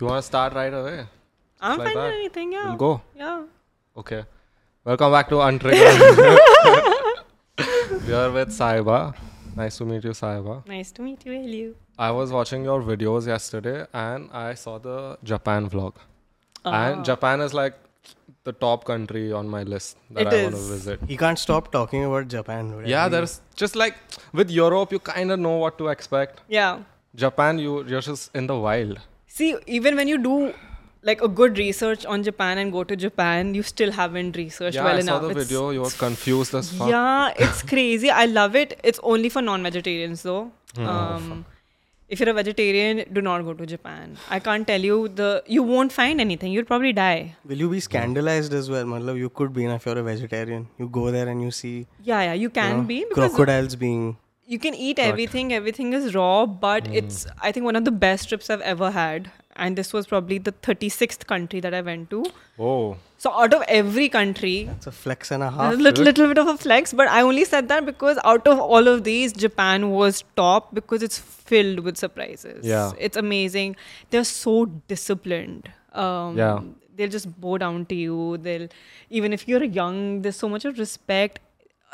you want to start right away? I'm Like fine with that. anything. Yeah. We'll go. Yeah. Okay. Welcome back to Untriggered. we are with Saiba. Nice to meet you, Saiba. Nice to meet you, Helio. I was watching your videos yesterday and I saw the Japan vlog. Ah. And Japan is like the top country on my list that It I want to is. visit. You can't stop talking about Japan. Right? Yeah, there's just like with Europe, you kind of know what to expect. Yeah. Japan, you, you're just in the wild. See, even when you do like a good research on Japan and go to Japan, you still haven't researched Yeah, well I saw enough. the It's- video. You were confused as fuck. Yeah, it's crazy. I love it. It's only for non-vegetarians though. Hmm. Oh, Um, if you're a vegetarian, do not go to Japan. I can't tell you the. You won't find anything. You'll probably die. Will you be scandalized as well? Matlab, you could be na if you're a vegetarian. You go there and you see Yeah, yeah, you you can know, be because crocodiles being. you can eat everything everything is raw but it's i think one of the best trips i've ever had and this was probably the 36th country that i went to Oh. so out of every country It's a flex and a a half. little, little bit of a flex but i only said that because out of all of these japan was top because it's filled with surprises Yeah. it's amazing they're so disciplined um Yeah. they'll just bow down to you they'll even if you're young there's so much of respect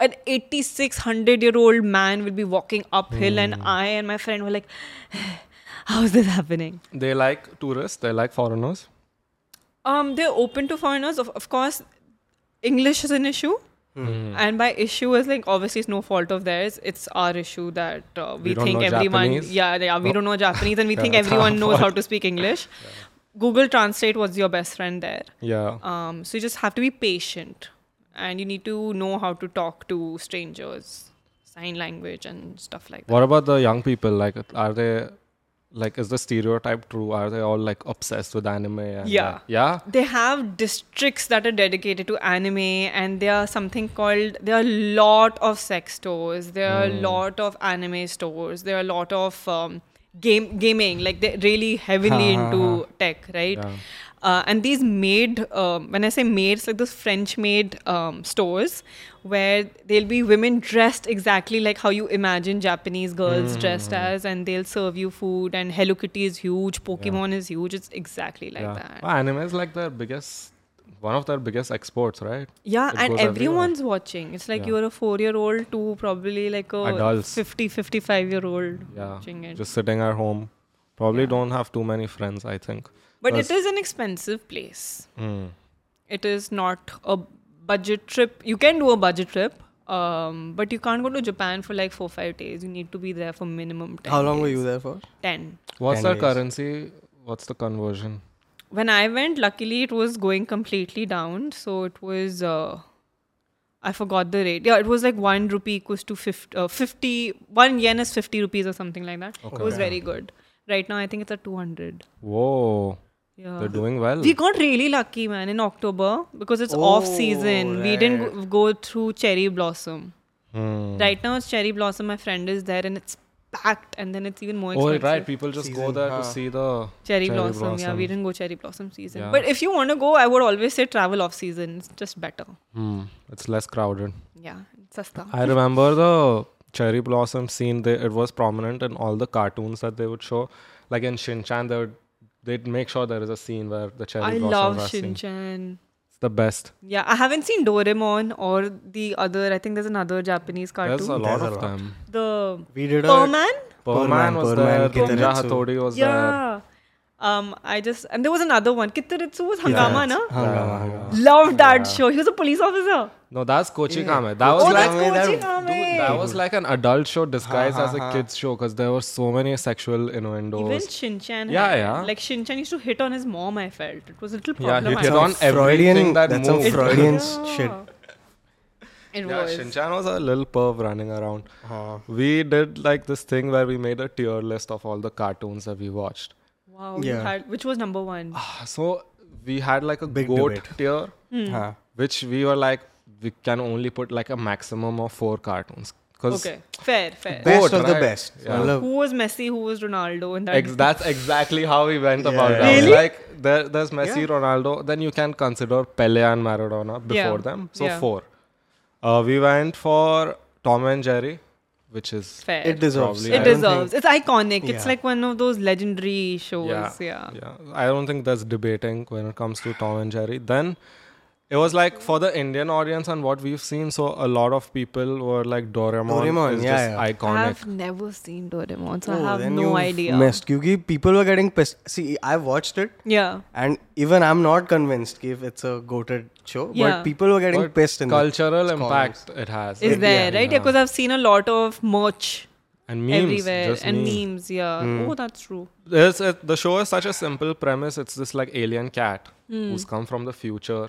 an 8600 year old man will be walking uphill and Hmm. i and my friend were like how is this happening They like tourists, they like foreigners. um, they're open to foreigners. Of, of course, English is an issue. And by issue is like obviously it's no fault of theirs. It's our issue that uh, we, We don't think know everyone Japanese. yeah yeah we don't know Japanese and we think that's our everyone knows how to speak English. Google Translate was your best friend there. Yeah. Um, so you just have to be patient, and you need to know how to talk to strangers, sign language and stuff like that. What about the young people? Like, are they like is the stereotype true? Are they all like obsessed with anime? And, Yeah. like- yeah. they have districts that are dedicated to anime and there are something called there are a lot of sex stores there are a lot of anime stores there are a lot of um, game gaming like they're really heavily into tech right uh, and these made um, when i say maids like those french made um, stores where they'll be women dressed exactly like how you imagine japanese girls dressed as and they'll serve you food and hello kitty is huge pokemon is huge it's exactly like yeah. that Well, anime is like their biggest, one of their biggest exports, right? Yeah, It and goes everywhere. everyone's watching. It's like Yeah. you're a four year old to probably like a Adults. fifty, fifty-five 50, 55 year old Yeah. watching it. Just sitting at home, probably don't have too many friends. I think. but it Plus- is an expensive place. Mm. It is not a budget trip. You can do a budget trip, um, but you can't go to Japan for like four, five days. You need to be there for minimum 10. How long days. were you there for? 10. What's Ten their days. currency? What's the conversion? When I went, luckily it was going completely down. So it was. Uh, I forgot the rate. Yeah, it was like one rupee equals to 50, uh, 50 one yen is 50 rupees or something like that. It Okay. was Okay. very good. Right now, I think it's at 200. Whoa, Yeah. they're doing well. Uh, We got really lucky, man, in October because it's off season. Oh, We didn't right. go, go through cherry blossom. Hmm. Right now, it's cherry blossom. My friend is there and it's packed, and then it's even more Oh, expensive. right. People just go Season, there to huh. see the Cherry, blossom, yeah. We blossoms. didn't go cherry blossom season. Yeah. But if you want to go, I would always say travel off season. It's just better. Hmm. It's less crowded. Yeah, it's sasta. I remember the cherry blossom scene. They, it was prominent in all the cartoons that they would show. Like in Shinchan, they would they'd make sure there is a scene where the cherry I blossom love are seen. Shinchan. It's the best. Yeah, I haven't seen Doraemon or the other. I think there's another Japanese cartoon. There's a lot There's of a lot. them. the We did a. Perman. Poor Poor man Man, was Poor Man, there. Ninja Kitaretsu. Hattori was there. Yeah. Um, I just and there was another one. Kitaritsu was Hangama, na? Hangama, hangama. Loved that show. He was a police officer. No, that's Kochi Kame. That was oh, like that's Kame, that- Kochi that Kame. was like an adult show disguised as a kids show because there were so many sexual Even innuendos. Shinchan. Yeah, had- yeah. Like Shinchan used to hit on his mom. I felt it was a little Yeah, problematic. he hit on everything Freudian. that That's some moved. Freudian Yeah. shit. It Yeah, was. Shinchan was a little perv running around. We did like this thing where we made a tier list of all the cartoons that we watched. Wow. you Yeah. Had, which was number one? So we had like a Big goat debate. tier, Huh. which we were like, we can only put like a maximum of four cartoons. Because Okay. Fair, fair. Best Goat, of the right? best. Yeah. Matlab, Who was Messi? Who was Ronaldo in that? ex- that's exactly how we went Yeah. about it. Really? Like, there, there's Messi, Ronaldo, then you can consider Pele and Maradona before Yeah. them. So Yeah. four. Uh, we went for Tom and Jerry. which is Fair. It deserves. Probably, It I don't deserves. It's iconic. It's Yeah. like one of those legendary shows. Yeah. yeah. I don't think that's debating when it comes to Tom and Jerry. Then it was like for the Indian audience and what we've seen, so a lot of people were like Doraemon, Doraemon, is yeah, just yeah. iconic. I've never seen Doraemon, so Oh, I have then no you've idea. Missed. Kyunki people were getting pissed. See, I watched it Yeah. and even I'm not convinced if it's a goated show, Yeah. but people were getting What pissed in the- cultural impact it has. Is Like, there, right? Yeah, yeah. because I've seen a lot of merch and memes everywhere just and memes. memes. Yeah. Oh, that's true. There's a, the show is such a simple premise. It's this like alien cat Hmm. who's come from the future,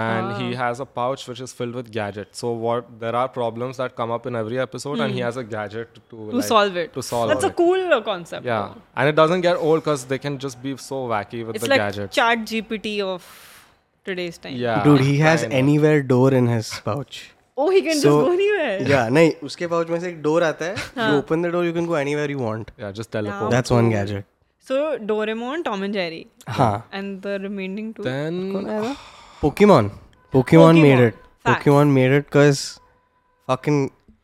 and he Ah. has a pouch which is filled with gadgets. So what there are problems that come up in every episode, and he has a gadget to, Hmm. To like, solve it. To solve That's it. a cool uh, concept. yeah, and it doesn't get old because they can just be so wacky with It's the like gadgets. Chat GPT of today's time. yeah, Dude, he has kind of. anywhere door in his pouch. Oh, he can So- just go anywhere. yeah, नहीं उसके pouch में से एक door आता है. हाँ। You open the door, you can go anywhere you want. Yeah, just teleport. That's one gadget. So Doraemon, Tom and Jerry, हाँ. and the remaining two. Then Pokemon. Pokemon made Pokemon. it. Facts. Pokemon made it because fucking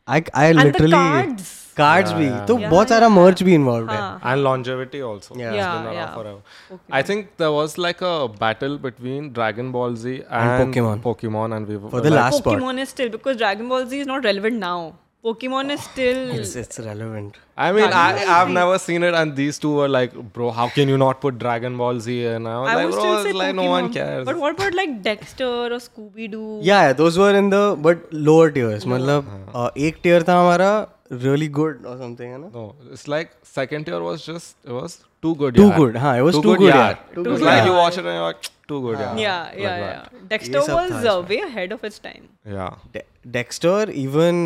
I I the literally cards. cards भी तो Yeah, हाँ. बहुत सारा merch भी involved है. and longevity also. Yeah. It's Yeah, been around yeah. forever. I think there was like a battle between Dragon Ball Z and, Pokemon. Pokemon, and we were For the like, last part. Pokemon is still because Dragon Ball Z is not relevant now. Pokemon is still It's, it's relevant. I mean, I, I've never seen it, and these two were like, bro, how can you not put Dragon Ball Z in? I was I like, would bro, still it's say like Pokemon. no one cares. But what about like Dexter or Scooby Doo? Yeah, yeah, those were in the but lower tiers. मतलब Uh-huh. uh, एक tier था हमारा really good or something है ना? no, it's like second year was just it was too good. Too yaar. good, हाँ, it was too good, yaar. It was like you watch it and you're like too good. yaar. yeah, yeah. Like yeah. that. Dexter सब was uh, way ahead of its time. Yeah. De- Dexter even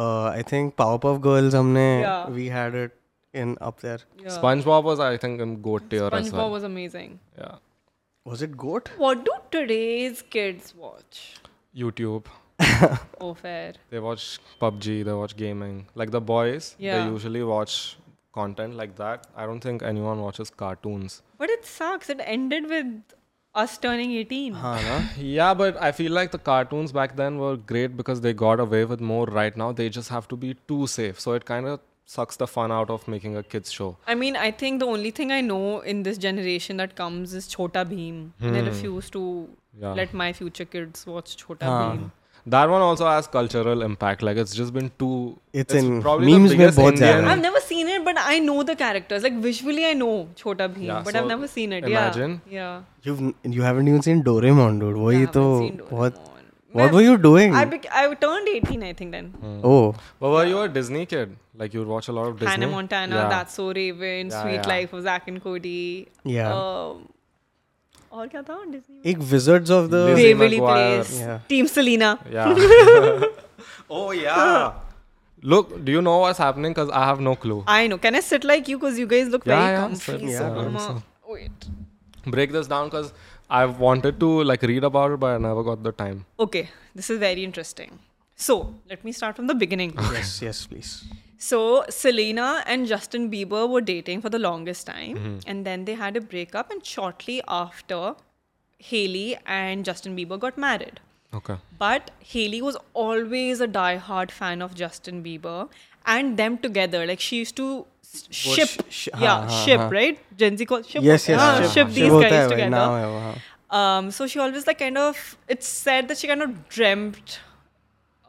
uh, I think Powerpuff Girls हमने Yeah. we had it in up there. Yeah. SpongeBob was I think in goat tier as SpongeBob well. was amazing. Yeah. Was it goat? What do today's kids watch? YouTube. Oh, fair. They watch PUBG. They watch gaming. Like the boys, Yeah. they usually watch content like that. I don't think anyone watches cartoons. But it sucks. It ended with us turning 18. हाँ ना? Yeah, but I feel like the cartoons back then were great because they got away with more. Right now, they just have to be too safe. So it kind of sucks the fun out of making a kids show. I mean, I think the only thing I know in this generation that comes is Chota Bheem. And I refuse to Hmm. Yeah. let my future kids watch Chota Bheem. That one also has cultural impact. Like it's just been too. It's in memes mein biggest bahut Indian- zyada I've never seen it, but I know the characters. Like visually, I know Chota Bheem, Yeah, but I've so never seen it. imagine. Yeah, You've you haven't even seen Doraemon, dude. yeah. वही I तो haven't seen बहुत Doraemon. What मैं- were you doing? I bec- I turned 18, I think then. Mm, Oh, But were you a Disney kid? Like you would watch a lot of Disney. Hannah Montana, Yeah. That's So Raven, Yeah, Sweet yeah. Life of Zack and Cody. Yeah. Um, और क्या था Disney? एक Wizards of the Lizzie Waverly McGuire. Place. Yeah. Team Selena. Yeah. oh yeah. Look, do you know what's happening? Cause I have no clue. I know. Can I sit like you? Because you guys look Yeah, very yeah, comfy. sit, yeah, so I'm I'm a- so- Wait. Break this down, cause I wanted to like read about it, but I never got the time. Okay, this is very interesting. So let me start from the beginning. Yes, yes, please. So Selena and Justin Bieber were dating for the longest time, Mm-hmm. and then they had a breakup. And shortly after, Haley and Justin Bieber got married. Okay. But Haley was always a die-hard fan of Justin Bieber and them together. Like she used to s- ship, sh- yeah, हाँ, हाँ, ship, हाँ. right? Gen Z call ship, Yes, yes. हाँ, ship, ship ship these होता है guys भाई, together. नाम है वो, हाँ. Um, so she always like kind of it's said that she kind of dreamt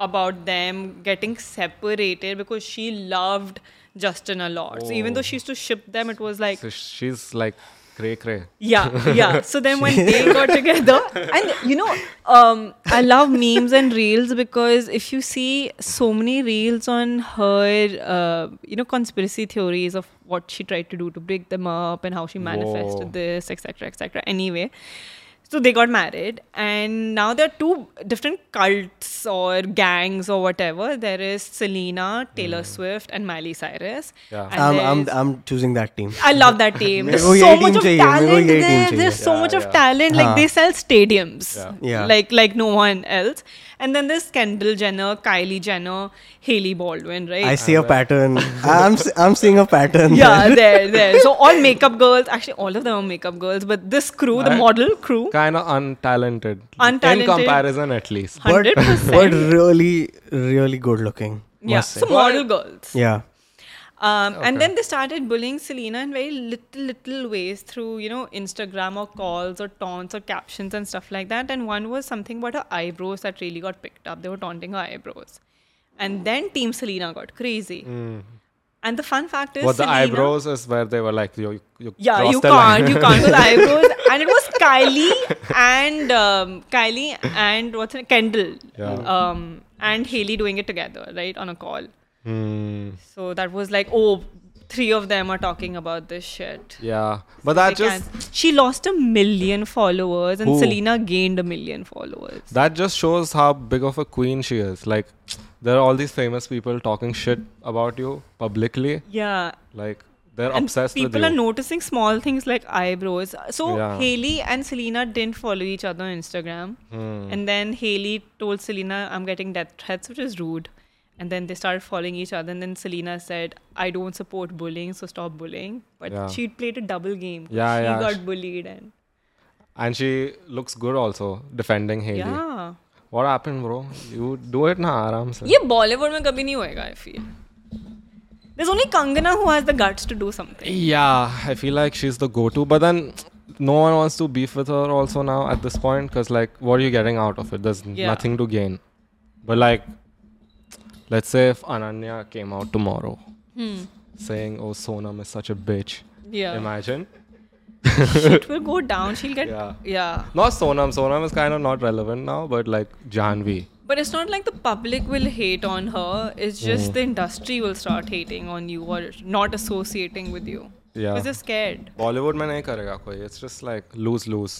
about them getting separated because she loved Justin a lot. So even though she used to ship them, it was like So she's like cray cray. yeah, yeah. So then when they got together, and you know, um, I love memes and reels because if you see so many reels on her, uh, you know, conspiracy theories of what she tried to do to break them up and how she manifested Whoa. this, etc., etc. Anyway, so they got married, and now there are two different cults or gangs or whatever. There is Selena, Taylor Swift, and Miley Cyrus. Yeah. And I'm there I'm is- I'm choosing that team. I love that team. मेरे There's को so यही much team of चाहिए, मेरे को talent यही team there. चाहिए. There's so Yeah, much of yeah. talent. Like हाँ. they sell stadiums. Yeah. Yeah. Like like no one else. And then there's Kendall Jenner, Kylie Jenner, Haley Baldwin, right? I see a pattern. I'm s- I'm seeing a pattern. yeah, there. there, there. So all makeup girls. Actually, all of them are makeup girls. But this crew, the Right. model crew, Kind of untalented. In Untalented. comparison, at least. but hundred percent. but really really good looking. yeah must so model girls Yeah. um, and then they started bullying selena in very little little ways through you know instagram or calls or taunts or captions and stuff like that and one was something about her eyebrows that really got picked up they were taunting her eyebrows and then team selena got crazy and the fun fact is Hmm. What the Selena- eyebrows is where they were like, you, you, you yeah, crossed you the line. can't. You can't do the eyebrows. And it was Kylie and um, Kylie and what's it, Kendall, Yeah. um, and Haley doing it together, right, on a call. Hmm. So that was like, oh, three of them are talking about this shit. Yeah, but that They just can't. She lost a million followers, Who? and Selena gained a million followers. that just shows how big of a queen she is. Like, there are all these famous people talking shit about you publicly. Yeah, Like, they're and obsessed with people you. are noticing small things like eyebrows so Yeah. haley and selena didn't follow each other on instagram Hmm. and then haley told selena i'm getting death threats which is rude and then they started following each other and then selena said i don't support bullying so stop bullying but Yeah. she played a double game 'cause Yeah, she yeah. got bullied and and she looks good also defending Haley. yeah What happened, bro? You do it na आराम से. ये बॉलीवुड में कभी नहीं होएगा I feel there's only kangana who has the guts to do something Yeah, I feel like she's the go-to, but then no one wants to beef with her also now at this point because like, what are you getting out of it? There's Yeah. nothing to gain. But like, let's say if Ananya came out tomorrow saying, "Oh, Sonam is such a bitch," Hmm. yeah imagine. shit will go down she'll get Yeah. yeah. Not Sonam. Sonam is kind of not relevant now, but like Janvi. But it's not like the public will hate on her. It's Mm. just the industry will start hating on you or not associating with you. Yeah. Because they're scared. Bollywood में नहीं करेगा कोई. It's just like lose lose.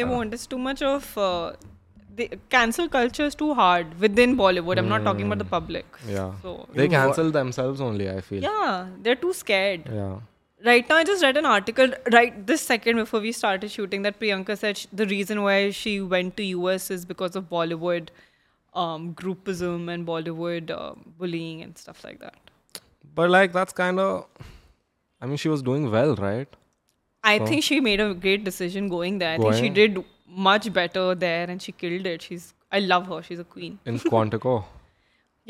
They won't. It's too much of. Uh, the cancel culture is too hard within Bollywood. I'm not talking about the Mm. public. Yeah. So They cancel themselves only. I feel. yeah, they're too scared. yeah. Right now, I just read an article right this second before we started shooting that Priyanka said sh- the reason why she went to US is because of Bollywood um, groupism and Bollywood um bullying and stuff like that. But like that's kind of, I mean, she was doing well, right? I think she made a great decision going there. I think she Going? did much better there and she killed it. She's I love her. She's a queen. In Quantico.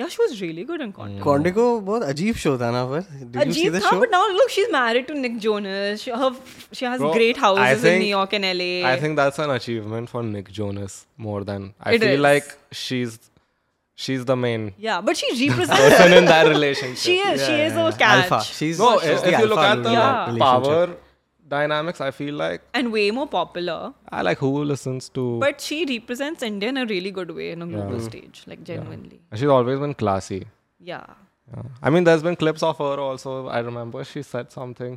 Yeah, she was really good in Mm. Hmm. content. Quantico बहुत अजीब show था ना पर did you see Ajit the Khan, show but Uh, now look, she's married to Nick Jonas. She, her, she has Bro, great houses I in New think- York and LA. I think that's an achievement for Nick Jonas more than I It feel is. like she's she's the main yeah, but she represents. person in that relationship. she is. she is a catch. alpha she's no, she's if, the if you look alpha at in the Yeah. that relationship. power dynamics, I feel like And way more popular. I like who listens to. But she represents India in a really good way on a global stage. Like, genuinely. she's always been classy. Yeah. Yeah. I mean, there's been clips of her also. I remember she said something.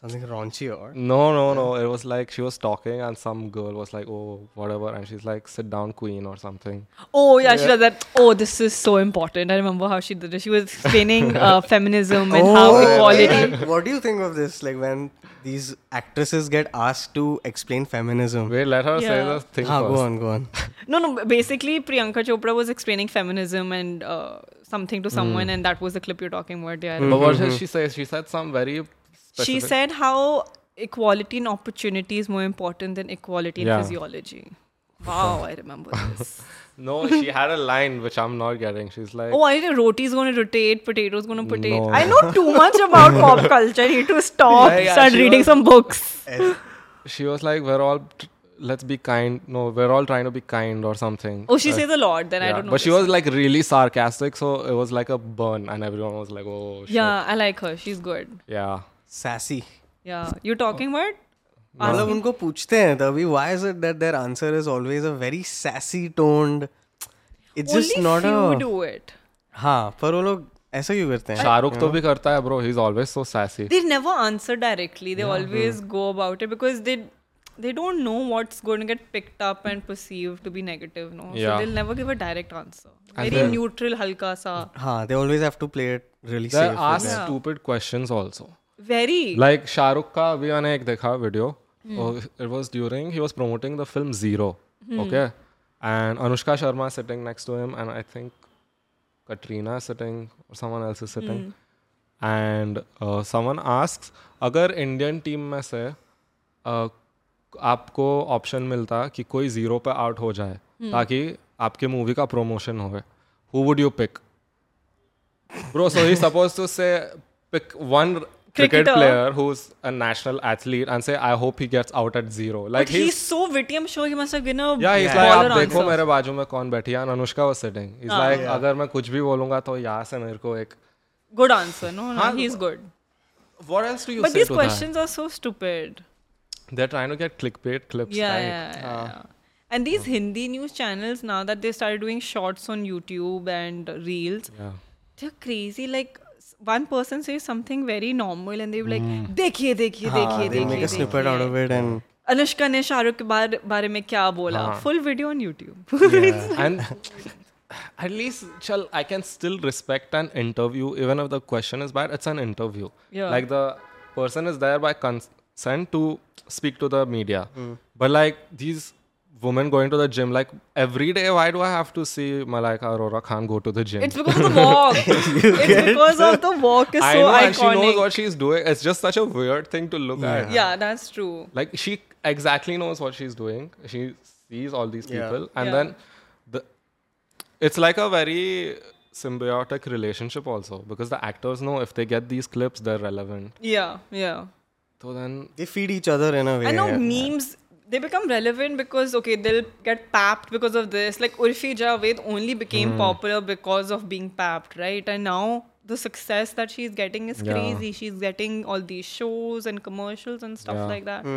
something raunchy or No, no, no. It was like she was talking, and some girl was like, "Oh, whatever," and she's like, "Sit down, queen," or something. Oh yeah, she does that. Oh, this is so important. I remember how she did it. She was explaining uh, feminism and Oh, how equality. what do you think of this like when these actresses get asked to explain feminism Wait, let her say Yeah. the thing हाँ first. go on go on No, no. b- Basically, Priyanka Chopra was explaining feminism and uh, something Hmm. to someone, and that was the clip you're talking about. Yeah, I But remember. what did she say? She said some very. she Hmm. specific- said how equality in opportunity is more important than equality in Yeah. physiology. Wow, I remember this. No, she had a line which I'm not getting. She's like, Oh, I know roti's gonna rotate, potatoes gonna potato. No. I know too much about pop culture. I need to stop, Yeah, yeah, start she reading was- some books. she was like, we're all, tr- let's be kind. No, we're all trying to be kind or something. Oh, she says a lot. Then I Yeah, don't know. But she this. was like really sarcastic, so it was like a burn, and everyone was like, oh, shit. Yeah, I like her. She's good. Yeah. sassy Yeah. You're talking Oh. about? मतलब उनको पूछते हैं तभी why is it that their answer is always a very sassy toned it's just Only not few a do it. हाँ पर वो लोग ऐसा क्यों करते हैं Shahrukh to bhi karta hai, bro. He's always so sassy. They never answer directly. They always go about it because they they don't know what's going to get picked up and perceived to be negative. No, Yeah. so they'll never give a direct answer. And Very then- neutral, halka sa. हाँ they always have to play it really They safe ask Yeah. stupid questions also. Very. Like Shahrukh ka अभी मैंने एक देखा video. Oh, it was during he was promoting the film Zero. Okay, and Anushka Sharma is sitting next to him, and I think Katrina is sitting or someone else is sitting. And uh, someone asks, अगर Indian team में से uh, आपको option मिलता कि कोई zero पे out हो जाए ताकि आपके movie का promotion हो, who would you pick? Bro, so he's supposed to say pick one cricket Cricketer. player who's a national athlete and say, I hope he gets out at zero. Like but he's, so witty. I'm sure he must have given a yeah, he's like baller आप देखो answer. मेरे बाजू में कौन बैठी है and Anushka was sitting. He's हाँ. like अगर मैं कुछ भी बोलूंगा तो यहाँ से मेरे को एक Good answer. No, no, Huh? he's good. What else do you हाँ. But say these to questions are so stupid. that? They're trying to get clickbait clips yeah, right. yeah, yeah, yeah. And these Hindi news channels now that they started doing shorts on YouTube and reels, Yeah. they're crazy. Like s- one person says something very normal, and they're like, "Dekhiye, dekhiye, Ah, dekhiye, they make a dekhiye." snippet out of it and Anushka ne Shahrukh के बारे बारे में क्या बोला? Full video on YouTube. and at least chal, i can still respect an interview even if the question is bad it's an interview Yeah. like the person is there by consent to speak to the media but like these women going to the gym like every day why do i have to see malika arora khan go to the gym It's because of the walk. it's because of the walk is i so know and she knows iconic. what she's doing it's just such a weird thing to look at Yeah, that's true. like she exactly knows what she's doing she sees all these Yeah. people and Yeah. then the it's like a very symbiotic relationship also because the actors know if they get these clips they're relevant Yeah, yeah. so then they feed each other in a way. I know yeah. memes. They become relevant because okay, they'll get papped because of this. Like Urfi Javed only became Hmm. popular because of being papped, right? And now the success that she's getting is Yeah. crazy. She's getting all these shows and commercials and stuff Yeah. like that.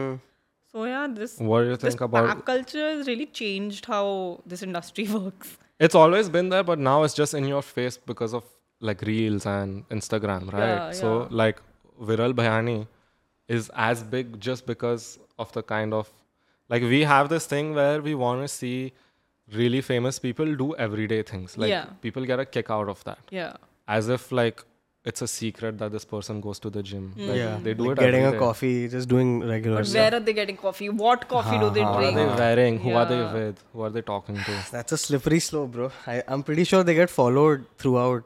So yeah, this what do you this think about pap culture has really changed how this industry works. it's always been there but now it's just in your face because of like reels and instagram right Yeah, so yeah. like viral bhayani is as big just because of the kind of like we have this thing where we want to see really famous people do everyday things like Yeah. people get a kick out of that Yeah, as if like it's a secret that this person goes to the gym Hmm. like, Yeah, they do like it every getting a day. coffee, just doing regular but stuff. where are they getting coffee? What coffee do they what are drink? they wearing who are they Yeah. with who are they talking to That's a slippery slope, bro. I, I'm pretty sure they get followed throughout,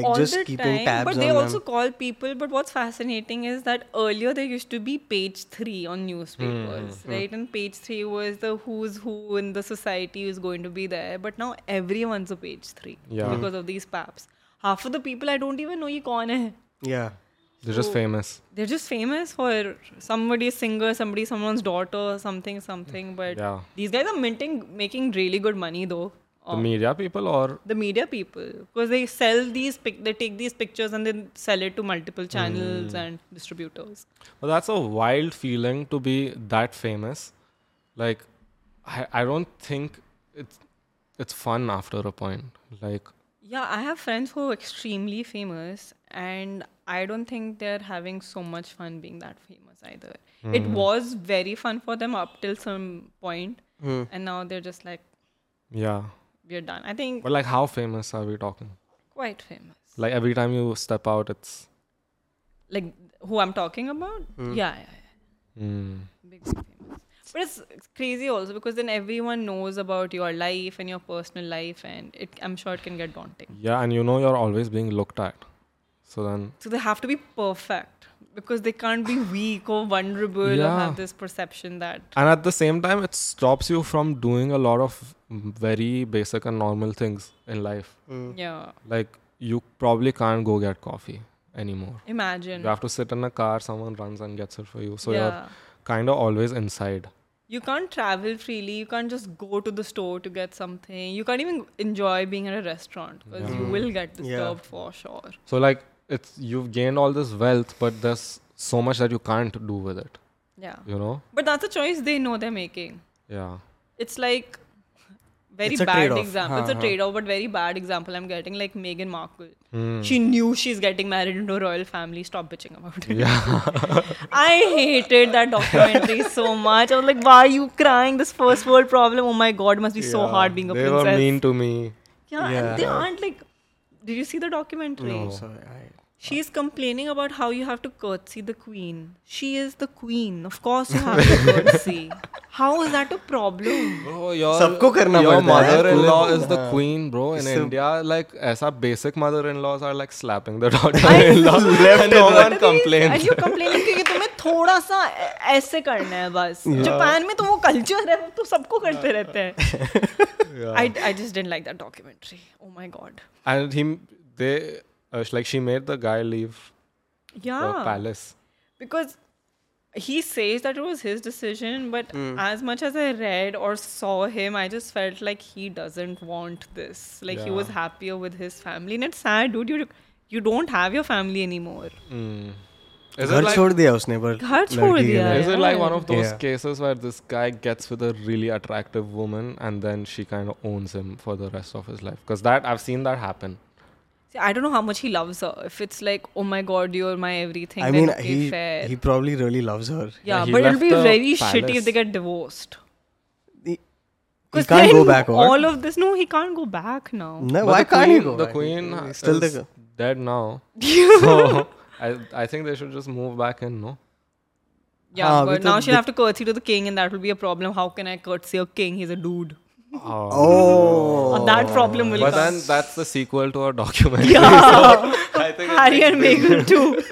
like all just the keeping time, tabs but on they also them. call people but what's fascinating is that earlier there used to be page 3 on Hmm, newspapers right and page 3 was the who's who in the society is going to be there but now everyone's a page 3 Yeah. because of these paps half of the people i don't even know ye kaun hai Yeah, they're just famous they're just famous for somebody's singer somebody someone's daughter something Hmm. something but Yeah. these guys are minting making really good money though the media people or the media people because they sell these pic- they take these pictures and then sell it to multiple channels and distributors Well, that's a wild feeling to be that famous. Like, I, I don't think it's it's fun after a point. Like, yeah i have friends who are extremely famous and i don't think they're having so much fun being that famous either it was very fun for them up till some point and now they're just like yeah. we're done i think But like, how famous are we talking? quite famous Like, every time you step out, it's like who i'm talking about yeah, yeah, yeah. mm, big famous. But it's it's crazy also because then everyone knows about your life and your personal life, and it I'm sure it can get daunting. yeah, and you know you're always being looked at. So then, So they have to be perfect because they can't be weak or vulnerable or Yeah. have this perception that and at the same time, it stops you from doing a lot of very basic and normal things in life. Mm. yeah. Like, you probably can't go get coffee anymore. Imagine You have to sit in a car, someone runs and gets it for you. So you're yeah. kind of always inside. You can't travel freely. You can't just go to the store to get something. You can't even enjoy being at a restaurant because you will get disturbed for sure. So like it's you've gained all this wealth, but there's so much that you can't do with it. Yeah. You know? But that's a choice they know they're making. Yeah. it's like very It's a bad trade-off. example. it's a Huh, trade-off, but very bad example. I'm getting like Meghan Markle. Hmm. She knew she's getting married into a royal family. Stop bitching about it. I hated that documentary so much. I was like, why are you crying? This first world problem. Oh my god, it must be so hard being a they princess. were mean to me. Yeah, Yeah. and they aren't like. Did you see the documentary? no, so I, She's complaining about how you have to curtsy the queen. She is the queen. Of course, you have to curtsy. How is that a problem? Bro, your, सबको करना your पड़ता है। mother-in-law is the हाँ। queen, bro. In It's a- India, like ऐसा basic mother-in-laws are like slapping the daughter-in-law, and no one And complains. you complaining कि तुम्हें थोड़ा सा ऐ- ऐसे करना है बस जापान में तो वो कल्चर है वो तो सबको करते रहते हैं I I just didn't like that documentary oh my god And him, they Uh, she, like she made the guy leave the Yeah. palace. Because he says that it was his decision, but Hmm. as much as I read or saw him, I just felt like he doesn't want this. Like he was Yeah. happier with his family. And it's sad, dude. You, you don't have your family anymore. Is घर it like, छोड़ दिया उसने पर घर छोड़ लड़की के दिया लिए। is it like one Yeah. of those Yeah. cases where this guy gets with a really attractive woman and then she kind of owns him for the rest of his life? Because that I've seen that happen. See, I don't know how much he loves her. If it's like, oh my god, you're my everything. I then mean, okay, he fair. he probably really loves her. yeah, he but it'll left be the very shitty if palace. they get divorced. He, he Because can't go then back over. all of this. No, he can't go back now. no, But why the can't he queen, go? The back? queen He's is still the girl. dead now. so I, I think they should just move back in, no? Yeah, Ah, but because now she'll the- have to curtsy to the king, and that will be a problem. How can I curtsy a king? He's a dude. Oh, Uh, that problem will But come. then that's the sequel to our documentary. yeah, I think Harry and Meghan too.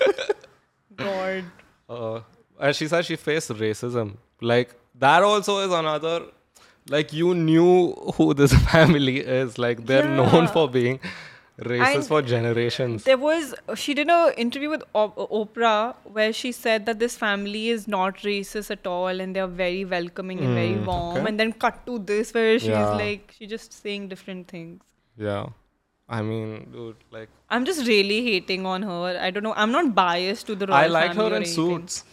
God. uh, and she said she faced racism. Like that also is another. Like you knew who this family is. Like they're known Yeah. for being racist And- for generations. There was she did an interview with O- Oprah where she said that this family is not racist at all and they are very welcoming and very warm. And then cut to this where she's Hmm, Yeah. like she's just saying different things. Yeah, I mean, dude, like I'm just really hating on her. I don't know. I'm not biased to the royal I like her family or in anything. suits.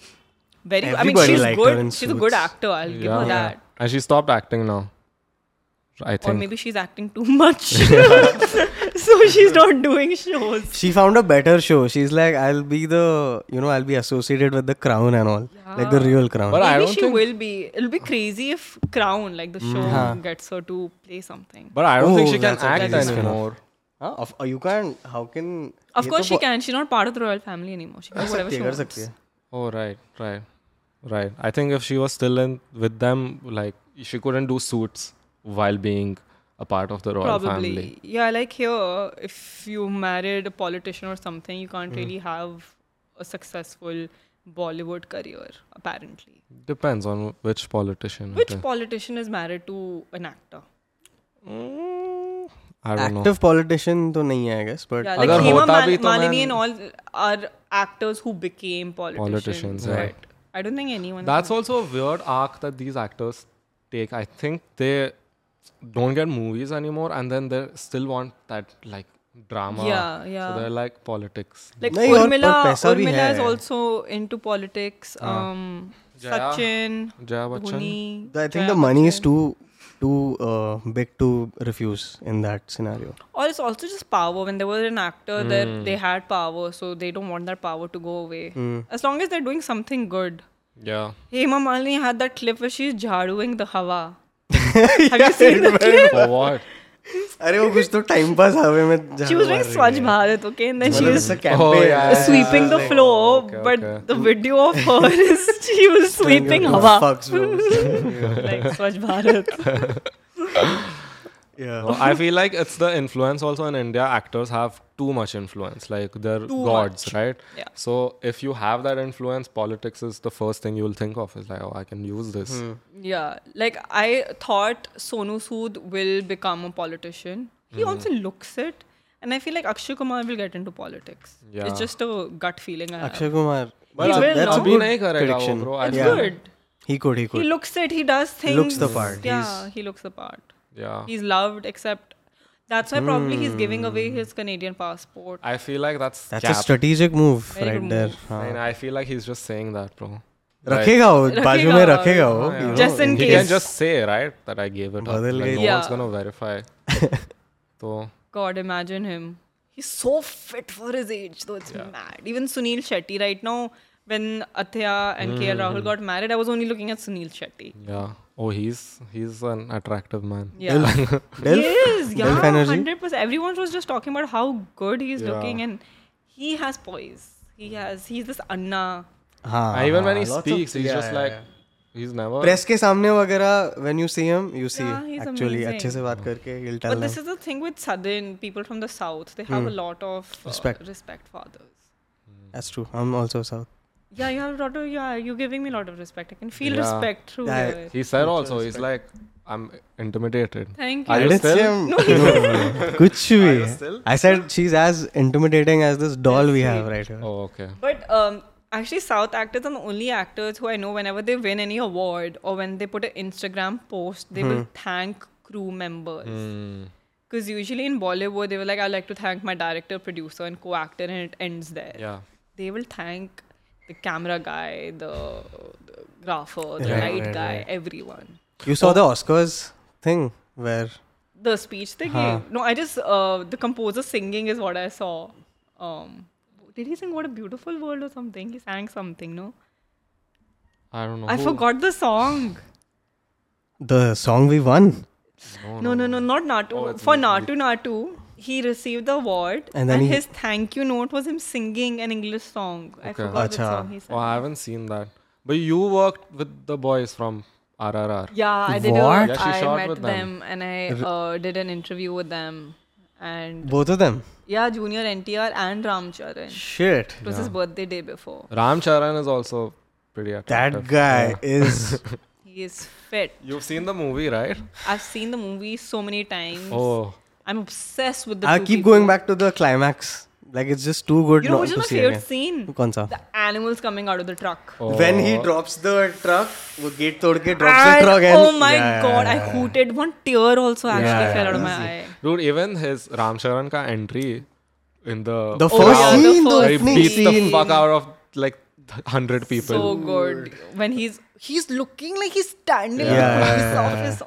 Very. I Everybody mean, she's liked her good. in She's a good Suits. actor. I'll give Yeah. her that. And she stopped acting now. I Or think. maybe she's acting too much, so she's not doing shows. She found a better show. She's like, I'll be the, you know, I'll be associated with the crown and all, like the real crown. But I Maybe don't she think- Hmm. will be. It'll be crazy if Crown, like the show, gets her to play something. but I don't think Oh, she can that's okay, act that's fair enough. anymore. हाँ, of, uh, you can't. How can? Of ये course, तो she ब- can. She's not part of the royal family anymore. She can कर do whatever सकती she है, कर सकती wants. है. Oh right, right, right. I think if she was still in with them, like she couldn't do suits while being a part of the royal Probably. family. Yeah, like here, if you married a politician or something, you Hmm. can't really have a successful Bollywood career, apparently. Depends on which politician. it Which is. politician is married to an actor? Mm, I don't know. Active politician तो नहीं है, I guess. But Yeah, अगर like Hema होता Mal- भी तो Malini man- and all are actors who became politicians. Politicians, yeah. But I don't think anyone. is That's married. also a weird arc that these actors take. I think they don't get movies anymore, and then they still want that like drama. Yeah, yeah. So they're like politics. Like नहीं, और- Urmila, और पैसा भी Urmila is है। also into politics. Um, Jaya Sachin, Jaya Bachchan. Dhoni. I think Jaya the money is Bachchan. too too uh, big to refuse in that scenario. Or it's also just power. When there was an actor that they had power, so they don't want that power to go away. Hmm. As long as they're doing something good. Yeah. Hema Malini had that clip where she's jhaduing the hawa. Have you seen the clip? For what? अरे वो कुछ तो time pass हवे में She was doing Swachh Bharat, okay, and then she was Oh, yeah, yeah, sweeping the floor, but okay. the video of her is she was sweeping hawa, Fucks, bro. like Swachh Bharat. yeah. No, I feel like it's the influence also in India. Actors have too much influence. Like they're gods, right? Yeah. So if you have that influence, politics is the first thing you'll think of. Is like, oh, I can use this. Yeah, like I thought Sonu Sood will become a politician. He also looks it, and I feel like Akshay Kumar will get into politics. Yeah. It's just a gut feeling. I have. Akshay Kumar. But He will that's now. a अभी good नहीं करेगा वो, prediction. bro. I It's Yeah. good. He could. He He could. looks it. He does things. Looks the part. Yeah, He's- he looks the part. Yeah. He's loved, except that's why probably he's giving away his Canadian passport. I feel like that's. That's a cap. strategic move Very right good there. move. हाँ. And I feel like he's just saying that, bro. Like, रखेगा वो बाजू में रखेगा, रखेगा वो yeah. you know, Just in he case. can just say, right, that I gave it up. बदल Like, गई no थी। one's Yeah. gonna verify. so God, imagine him. He's so fit for his age, though. It's mad. Even Sunil Shetty, right now, when Athya and KL Rahul got married, I was only looking at Sunil Shetty. yeah. Oh, he's he's an attractive man. Yeah. Delph? He is, yeah. Delph energy? 100%. Everyone was just talking about how good he's Yeah. looking, and he has poise. He has, he's this Anna. हाँ, And Ah, even हाँ, when he lots of- speaks, he's yeah, just yeah, like yeah. he's never. Press के सामने वगैरह when you see him you see Yeah, Ah, he's actually amazing. अच्छे से बात करके he'll tell But this them. is the thing with Southern people from the South, they have a lot of uh, Hmm. Respect. respect for others. That's true. I'm also south. Yeah, you have a lot of yeah. You're giving me a lot of respect. I can feel Yeah. respect through Yeah. it. He said also, he's like, I'm intimidated. Thank I you. you Didn't still? see him. No, Kuch bhi. I said she's as intimidating as this doll we have right here. Oh, okay. But um, actually, South actors are the only actors who I know whenever they win any award or when they put an Instagram post, they Hmm. will thank crew Hmm, members. Because usually in Bollywood, they were like, I'd like to thank my director, producer, and co actor, and it ends there. Yeah. They will thank the camera guy, the, the grapher, the Right, light right, guy, right. everyone. You saw the Oscars thing where The speech they Huh. gave. No, I just, uh, the composer singing is what I saw. Um, did he sing What a Beautiful World or something? He sang something, no? I don't know. I Oh. who- forgot the song. the song we won Oh, No, no, no, not Natu. For Natu Natu, he received the award, And and, then he- his thank you note was him singing an English song. I Okay. forgot which Acha. song he sang. Oh, I haven't seen that. But you worked with the boys from RRR. Yeah, I did. A, What? Yeah, she I shot met with them. them, and I uh, did an interview with them, and both of them. yeah, Junior NTR and Ramcharan. Shit. It was his birthday day before. Ram Charan is also pretty attractive. That guy is He is fit. You've seen the movie, right? I've seen the movie so many times. Oh, I'm obsessed with the. I two keep people. going back to the climax. Like it's just too good You know not which is to my see favorite again. scene? कौन सा? The animals coming out of the truck. Oh. When he drops the truck, वो gate तोड़ के drops the And- truck and oh my Yeah, god, yeah, I hooted. One tear also actually Yeah, fell yeah, out of my easy. eye. dude, even his Ram Charan ka entry in the The Oh, first yeah, the scene, the, first where he opening beats the scene. fuck out of like hundred people. So good when he's he's looking like he's standing Yeah, in front of yeah, his yeah, office.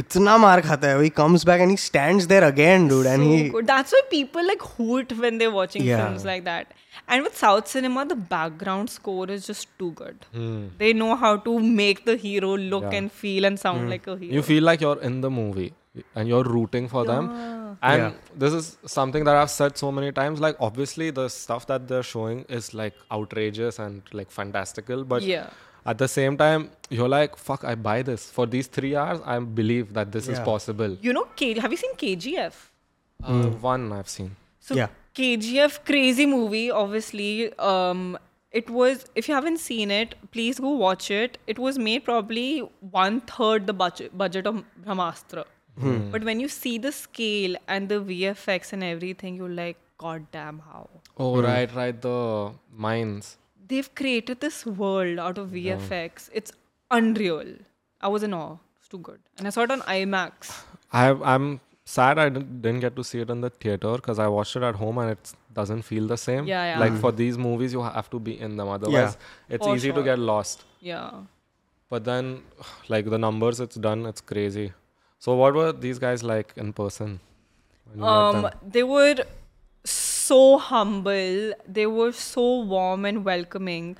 इतना मार खाता है. He comes back and he stands there again, dude. and So he good. That's why people like hoot when they're watching Yeah. films like that. And with South cinema, the background score is just too good. They know how to make the hero look and feel and sound like a hero. You feel like you're in the movie and you're rooting for them. And this is something that I've said so many times. Like, obviously, the stuff that they're showing is like outrageous and like fantastical, but Yeah. at the same time, you're like, fuck, I buy this. For these three hours, I believe that this is Yeah. possible. you know, K- have you seen KGF? Uh, One I've seen. So Yeah. KGF crazy movie obviously um it was if you haven't seen it please go watch it it was made probably one third the budget budget of Brahmastra but when you see the scale and the VFX and everything you're like god damn how Oh, right, right. The mines. they've created this world out of VFX it's unreal I was in awe it's too good and I saw it on IMAX I, I'm sad I didn't, didn't get to see it in the theater because I watched it at home and it doesn't feel the same. Yeah, yeah. Like for these movies, you have to be in them. Otherwise, it's For easy sure. to get lost. yeah But then, like the numbers it's done, it's crazy. So, what were these guys like in person? when you met Um, them? they were so humble. They were so warm and welcoming.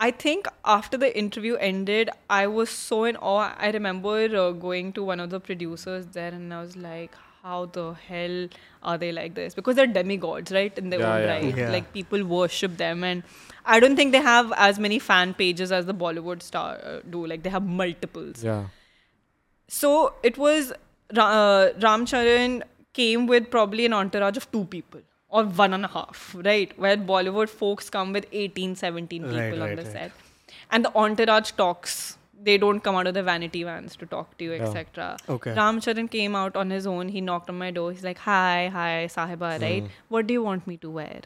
I think after the interview ended, I was so in awe. I remember uh, going to one of the producers there, and I was like, "How the hell are they like this?" Because they're demigods, right? In their Yeah, own yeah. right, Yeah. like people worship them, and I don't think they have as many fan pages as the Bollywood star uh, do. Like they have multiples yeah. so it was Ra- uh, Ramcharan came with probably an entourage of two people or one and a half, right? Where Bollywood folks come with 18, 17 people Right, on right, the right. set. And the entourage talks. They don't come out of the vanity vans to talk to you, etc. Okay. Ramcharan came out on his own. He knocked on my door. He's like, Hi, hi, Sahiba, right? What do you want me to wear?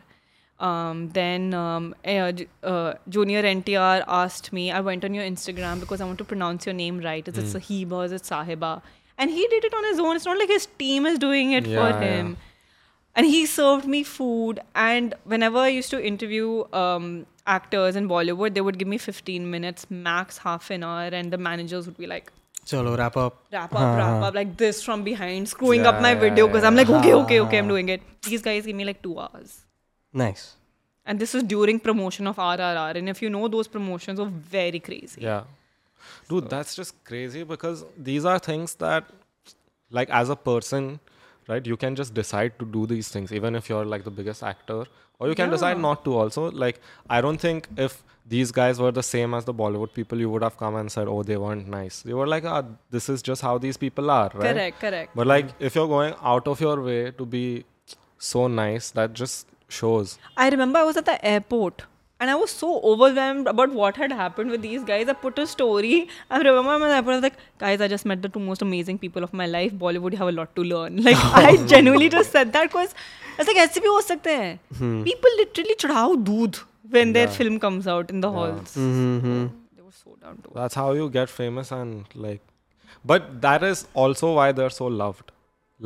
Um, then um, eh, uh, Ju- uh, Junior NTR asked me, I went on your Instagram because I want to pronounce your name right. Is it Sahiba? Is it Sahiba? And he did it on his own. It's not like his team is doing it Yeah, for yeah. him. And he served me food. And whenever I used to interview um, actors in Bollywood, they would give me 15 minutes, max half an hour. And the managers would be like, चलो wrap up. wrap up, wrap up, like this from behind, screwing up Yeah, my Uh-huh. yeah, video because yeah. I'm like, okay, okay, okay, I'm doing it. These guys give me like two hours. Nice. And this is during promotion of RRR. And if you know, those promotions were very crazy. Yeah. Dude, that's just crazy because these are things that, like, as a person, right, you can just decide to do these things, even if you're like the biggest actor, or you can decide not to also. Like, I don't think if these guys were the same as the Bollywood people, you would have come and said, oh, they weren't nice. They were like, ah, this is just how these people are, right? Correct, correct. But, like, if you're going out of your way to be so nice, that just shows. I remember I was at the airport And I was so overwhelmed about what had happened with these guys. I put a story. I remember when I put, I was like, guys, I just met the two most amazing people of my life. Bollywood, you have a lot to learn. Like, I genuinely just said that because I was like, ऐसे भी हो सकते हैं. Hmm. People literally चढ़ाओ दूध when their film comes out in the halls. Hmm. They were so down to earth. That's how you get famous and like but that is also why they're so loved.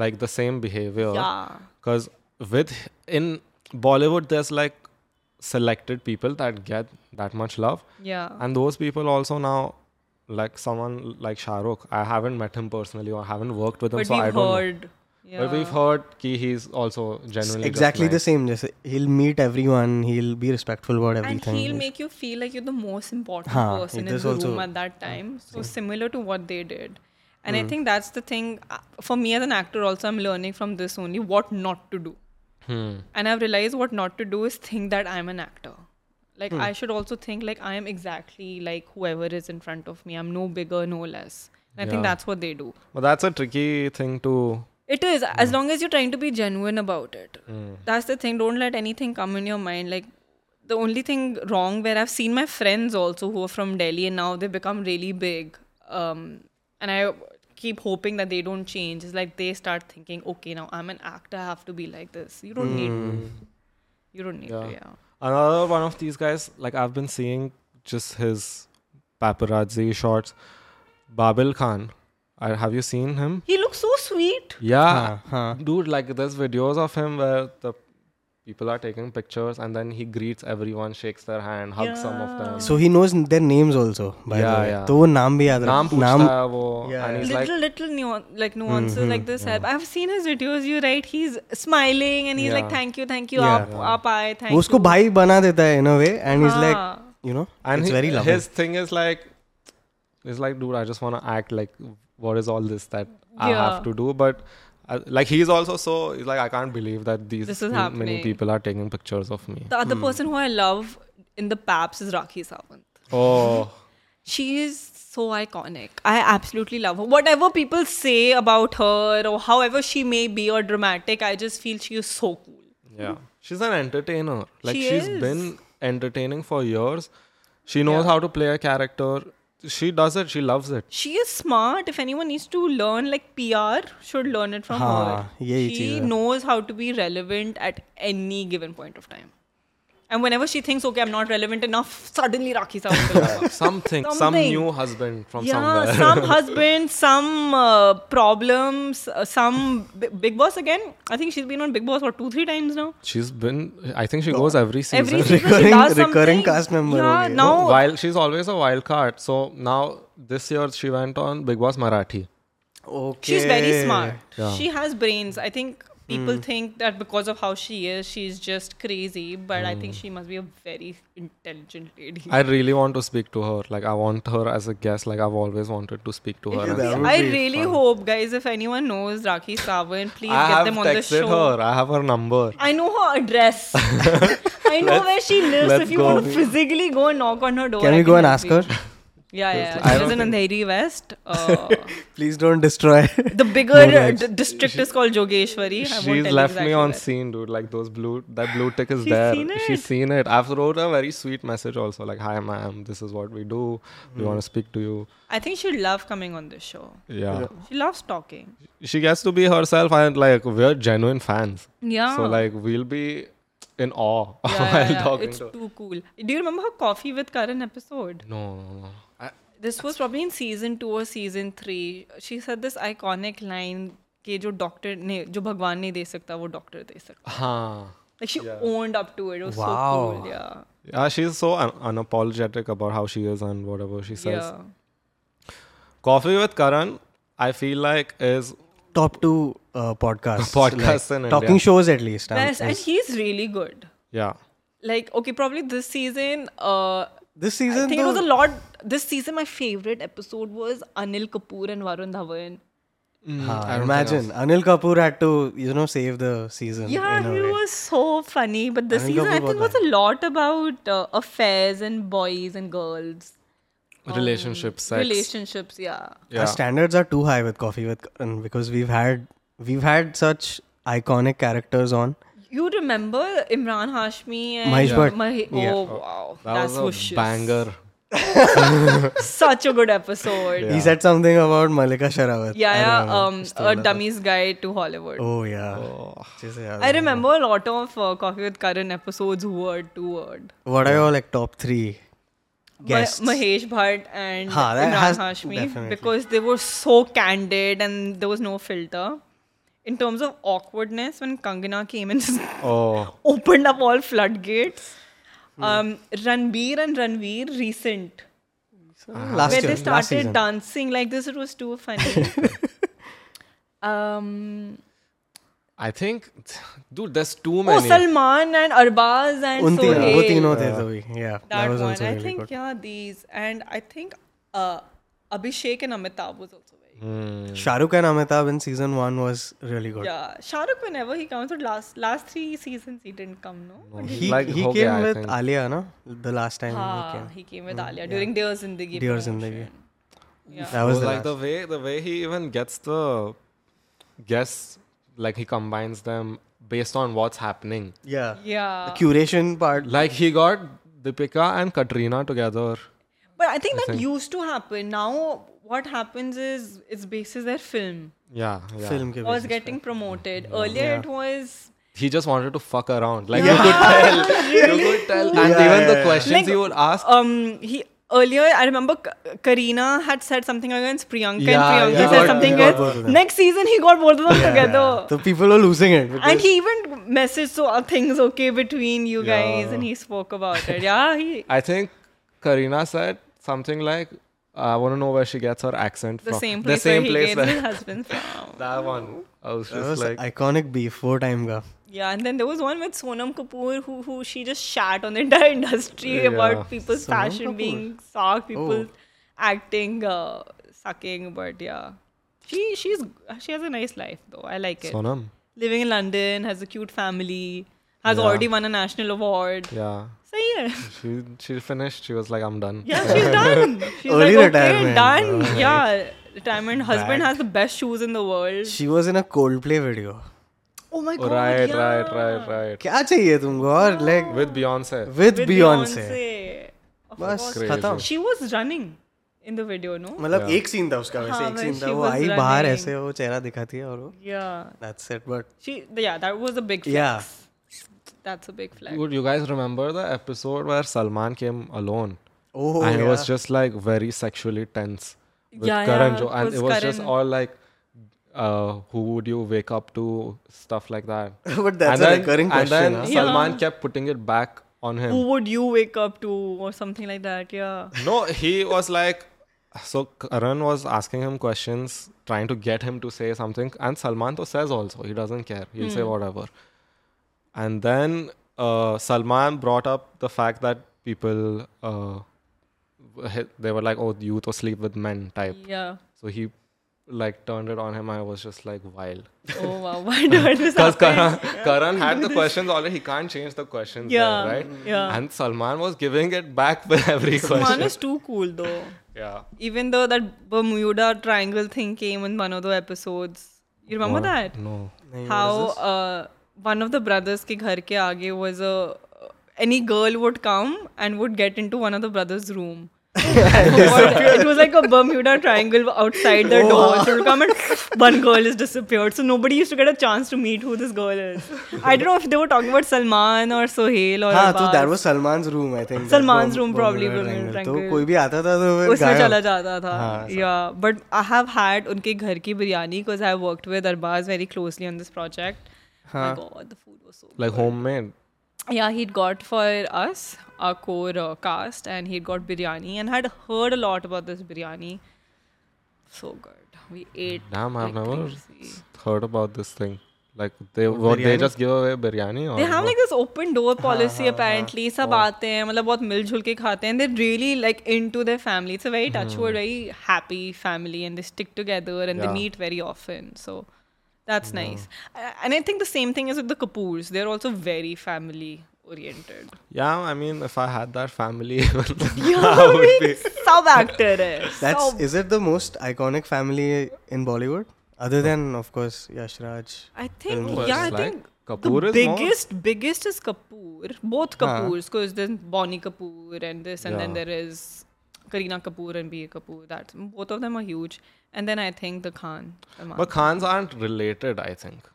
Like the same behavior. Yeah. Cuz with in Bollywood there's like selected people that get that much love. Yeah. And those people also now like someone like Shah Rukh, I haven't met him personally or haven't worked with him, But so I we've don't. know. heard. Yeah. But we've heard ki he's also genuinely exactly the just nice. same. Just he'll meet everyone. He'll be respectful about and everything. he'll make you feel like you're the most important Haan, person in this the also- room at that time. So similar to what they did. And Hmm. I think that's the thing uh, for me as an actor also I'm learning from this only what not to do. Hmm. And I've realized what not to do is think that I'm an actor. Like Hmm. I should also think like I am exactly like whoever is in front of me. I'm no bigger, no less. And I think Yeah. that's what they do. But that's a tricky thing to It is as long as you're trying to be genuine about it. That's the thing. Don't let anything come in your mind. Like the only thing wrong where I've seen my friends also who are from Delhi and now they become really big. Um, and I keep hoping that they don't change. It's like they start thinking, okay, now I'm an actor. I have to be like this. You don't need. You don't need to. Yeah. Yeah. another one of these guys like i've been seeing just his paparazzi shots babil khan I, have you seen him He looks so sweet. yeah Huh, huh. dude like there's videos of him where the people are taking pictures and then he greets everyone shakes their hand hugs some of them So he knows their names also. By Yeah, the way. yeah. तो वो नाम भी याद रख- naam नाम पूछता है वो Yeah, and yeah. he's little like little nuan- like nuances like this help. I've seen his videos. You right? He's smiling and he's like, Yeah. thank you, thank you, Yeah. up, up, I, thank वो उसको you. भाई बना देता है in a way and he's like हाँ. you know and it's he- very loving. his thing is like it's like dude i just want to act like what is all this that i Yeah. have to do but uh, like he's also so he's like i can't believe that these This is m- happening. many people are taking pictures of me The other hmm. person who I love in the Paps is Rakhi Sawant. oh She is so iconic. I absolutely love her. Whatever people say about her or however she may be or dramatic, I just feel she is so cool. yeah she's an entertainer like She she's is. been entertaining for years she knows how to play a character she does it she loves it She is smart. If anyone needs to learn like PR, should learn it from हाँ, her. यही चीज़ she है। knows how to be relevant at any given point of time. And whenever she thinks, okay, I'm not relevant enough, suddenly Rakhi Sawant will come up. something, some Something. new husband from yeah, somewhere some husband, some uh, problems, uh, some B- Big Boss again. I think she's been on Big Boss what two, three times now. she's been i think she goes every season Every season she Recurring- does recurring something. cast member हो Yeah, गई है। now While she's always a wild card, so now this year she went on Big Boss Marathi. okay. she's very smart. She has brains. I think people Hmm. think that because of how she is, she's just crazy. But I think she must be a very intelligent lady. Hmm. I really want to speak to her. Like I want her as a guest. Like I've always wanted to speak to her. Yeah, and that would I be really hope, guys, if anyone knows Rakhi Sawant, please I get have them on the texted show. her. I have her number. I know her address. I know where she lives. let's If you go. want to physically go and knock on her door, Can I we go and help ask you. her? Yeah, yeah. I She don't lives in Andheri West. Uh, Please don't destroy. the bigger No, d- district is called Jogeshwari. I won't tell you She's left exactly me on where. scene, dude. Like those blue, that blue tick is She's there. seen it. She's seen it. I've wrote a very sweet message also. Like, hi, ma'am. This is what we do. We want to speak to you. I think she'll love coming on this show. Yeah. She loves talking. She gets to be herself, and like we're genuine fans. Yeah. So like we'll be in awe Yeah, yeah, while yeah. talking It's to. her. too cool. Do you remember her Coffee with Karan episode? No, no, no. I, This was probably in season two or season three. She said this iconic line. कि जो doctor ने जो भगवान नहीं दे सकता वो doctor दे सकता huh. Like she owned up to it. It was so Wow. cool. Yeah. Yeah, she's so un- unapologetic about how she is and whatever she says. Yeah. Coffee with Karan, I feel like is Top two uh, podcasts. Podcasts in talking India. shows at least. I'm- Best. And he's really good. yeah. Like, okay, probably this season, uh, This I season, think it though, was a lot. This season, my favorite episode was Anil Kapoor and Varun Dhawan. हाँ, imagine Anil Kapoor had to you know save the season. Yeah, in a he way. was so funny. But this Anil season, I Kapoor think, was was a lot about uh, affairs and boys and girls. Relationship, sex. Relationships, yeah. yeah. Our standards are too high with Coffee with Karan because we've had we've had such iconic characters on. You remember Imran Hashmi and Mahesh Bhatt. Mahe- Yeah. Oh wow, That that's was a vicious. banger. Such a good episode. Yeah, He said something about Malika Sharawat. I yeah. remember. um, a dummy's guide to Hollywood. Oh yeah. Just, yeah. I remember a lot of uh, Coffee with Karan episodes, word to word. What are your like top three Ma- guests? Mahesh Bhatt and Ha, that Imran has- Hashmi definitely. because they were so candid and there was no filter. In terms of awkwardness, when Kangana came and just Oh, opened up all floodgates, Hmm. um, Ranbir and Ranveer recent last where year, they last started season. dancing like this, it was too funny. um, I think, dude, there's too oh, many. Salman and Arbaz and उन तीन Sohail. वो तीनों थे तभी yeah that was one. also I really think good yeah, these and I think uh, Abhishek and Amitabh was also very good. Hmm. Shahrukh and Amitabh in season 1 was really good Yeah, Shahrukh whenever he comes, but last last three seasons he didn't come. No, But he, Like he हो came गया, I with think. Alia na the last time Ah, he came Mm, he came with Alia during Dear Zindagi. Dear promotion. Zindagi. Yeah. that was Oh, the like last. the way the way he even gets the guests, like he combines them based on what's happening. yeah Yeah, the curation part Like he got Deepika and Katrina together. but I think that used to happen. Now what happens is it's basis their film Yeah, yeah. film ke was basis getting promoted. Earlier it was He just wanted to fuck around. Like you could tell, you could tell, and Yeah, even yeah, the yeah. questions he would ask. um he earlier i remember K- karina had said something against priyanka Yeah, and priyanka yeah. said He something got both of against them. next season he got both of them together the people were losing it and because he even messaged so are things okay between you guys Yeah. and he spoke about it yeah he I think Karina said something like, "I want to know where she gets her accent the from." same place the same where place he gets where his husband from that one. I was that just was like, iconic beef four time ka yeah and then there was one with sonam kapoor who who she just shat on the entire industry Yeah. Oh. about people's fashion Kapoor? being sucked people acting uh, sucking but yeah she she's she has a nice life though i like it Sonam. living in London, has a cute family, has Yeah. already won a national award. Yeah, So yeah, she she finished. She was like, "I'm done." yeah, she's done. She's Early like, okay, retirement, done. alright. Yeah, retirement. Husband has the best shoes in the world. she was in a Coldplay video Oh my god. Right, yeah. right, right, right. क्या चाहिए तुमको और like With Beyonce. with हाँ. With Beyonce Beyonce. Of बस course. Crazy. खत्म She was running in the video, no? मतलब एक scene था उसका वैसे हाँ, एक where सीन था she वो was आई बाहर running. ऐसे वो चेहरा दिखाती है और वो Yeah. that's it but She. Yeah, that was a big flex. Yeah. That's a big flex. Would you guys remember the episode where Salman came alone? oh and it yeah. was just like very sexually tense with Yeah, Karan yeah, Jo- it and was it was just Karan. all like, uh, who would you wake up to? Stuff like that. but that's and a then, recurring and question then huh? Salman Yeah. kept putting it back on him. Who would you wake up to, or something like that? Yeah. No, he was like, so Karan was asking him questions, trying to get him to say something, and Salman to says also he doesn't care. He'll say Hmm. whatever. And then uh, Salman brought up the fact that people uh, he- they were like, "Oh, you to sleep with men" type. Yeah. So he like turned it on him. I was just like wild Oh wow. Why did this because happen? Karan, Karan had the questions already. He can't change the questions, there, Yeah, right? yeah. And Salman was giving it back with every Salman question. is too cool though. Yeah. Even though that Bermuda Triangle thing came in one of the episodes, you remember that? No. नहीं, How uh, one of the brothers के घर के आगे was a any girl would come and would get into one of the brothers' room. it was like a Bermuda Triangle outside Oh. the door. So it would come and one girl is disappeared. So nobody used to get a chance to meet who this girl is. I don't know if they were talking about Salman or Sohail or हाँ तो Abbas. that was Salman's room I think Salman's room, probably, Bermuda triangle तो Triangle. कोई भी आता था तो फिर उसमें गायब। चला जाता था या बट आई हैव हैड उनके घर की biryani because I worked with Arbaaz very closely on this project my God the food was so Like homemade. yeah he'd got for us our core uh, cast and he'd got biryani and had heard a lot about this biryani so good we ate Damn, I've like never crazy. heard about this thing. Like they what they just give away biryani or they have like this open door policy apparently सब आते हैं मतलब बहुत मिलजुल के खाते हैं they really like into their family it's a very touchwood very happy family and they stick together and they Hmm. Yeah. Hmm. meet very often so that's nice A- and I think the same thing is with the Kapoors they're also very family oriented yeah, I mean if I had that family even yeah sub actor है that's is it the most iconic family in Bollywood other than of course Yash Raj I think Well, yeah I it's like- think Kapoor the is biggest biggest is Kapoor. Both Kapoors, because then Bonnie Kapoor and this, and then Yeah. there is Karina Kapoor and Bir Kapoor. That both of them are huge. And then I think the Khan. Salman. more. But Khans aren't related, I think.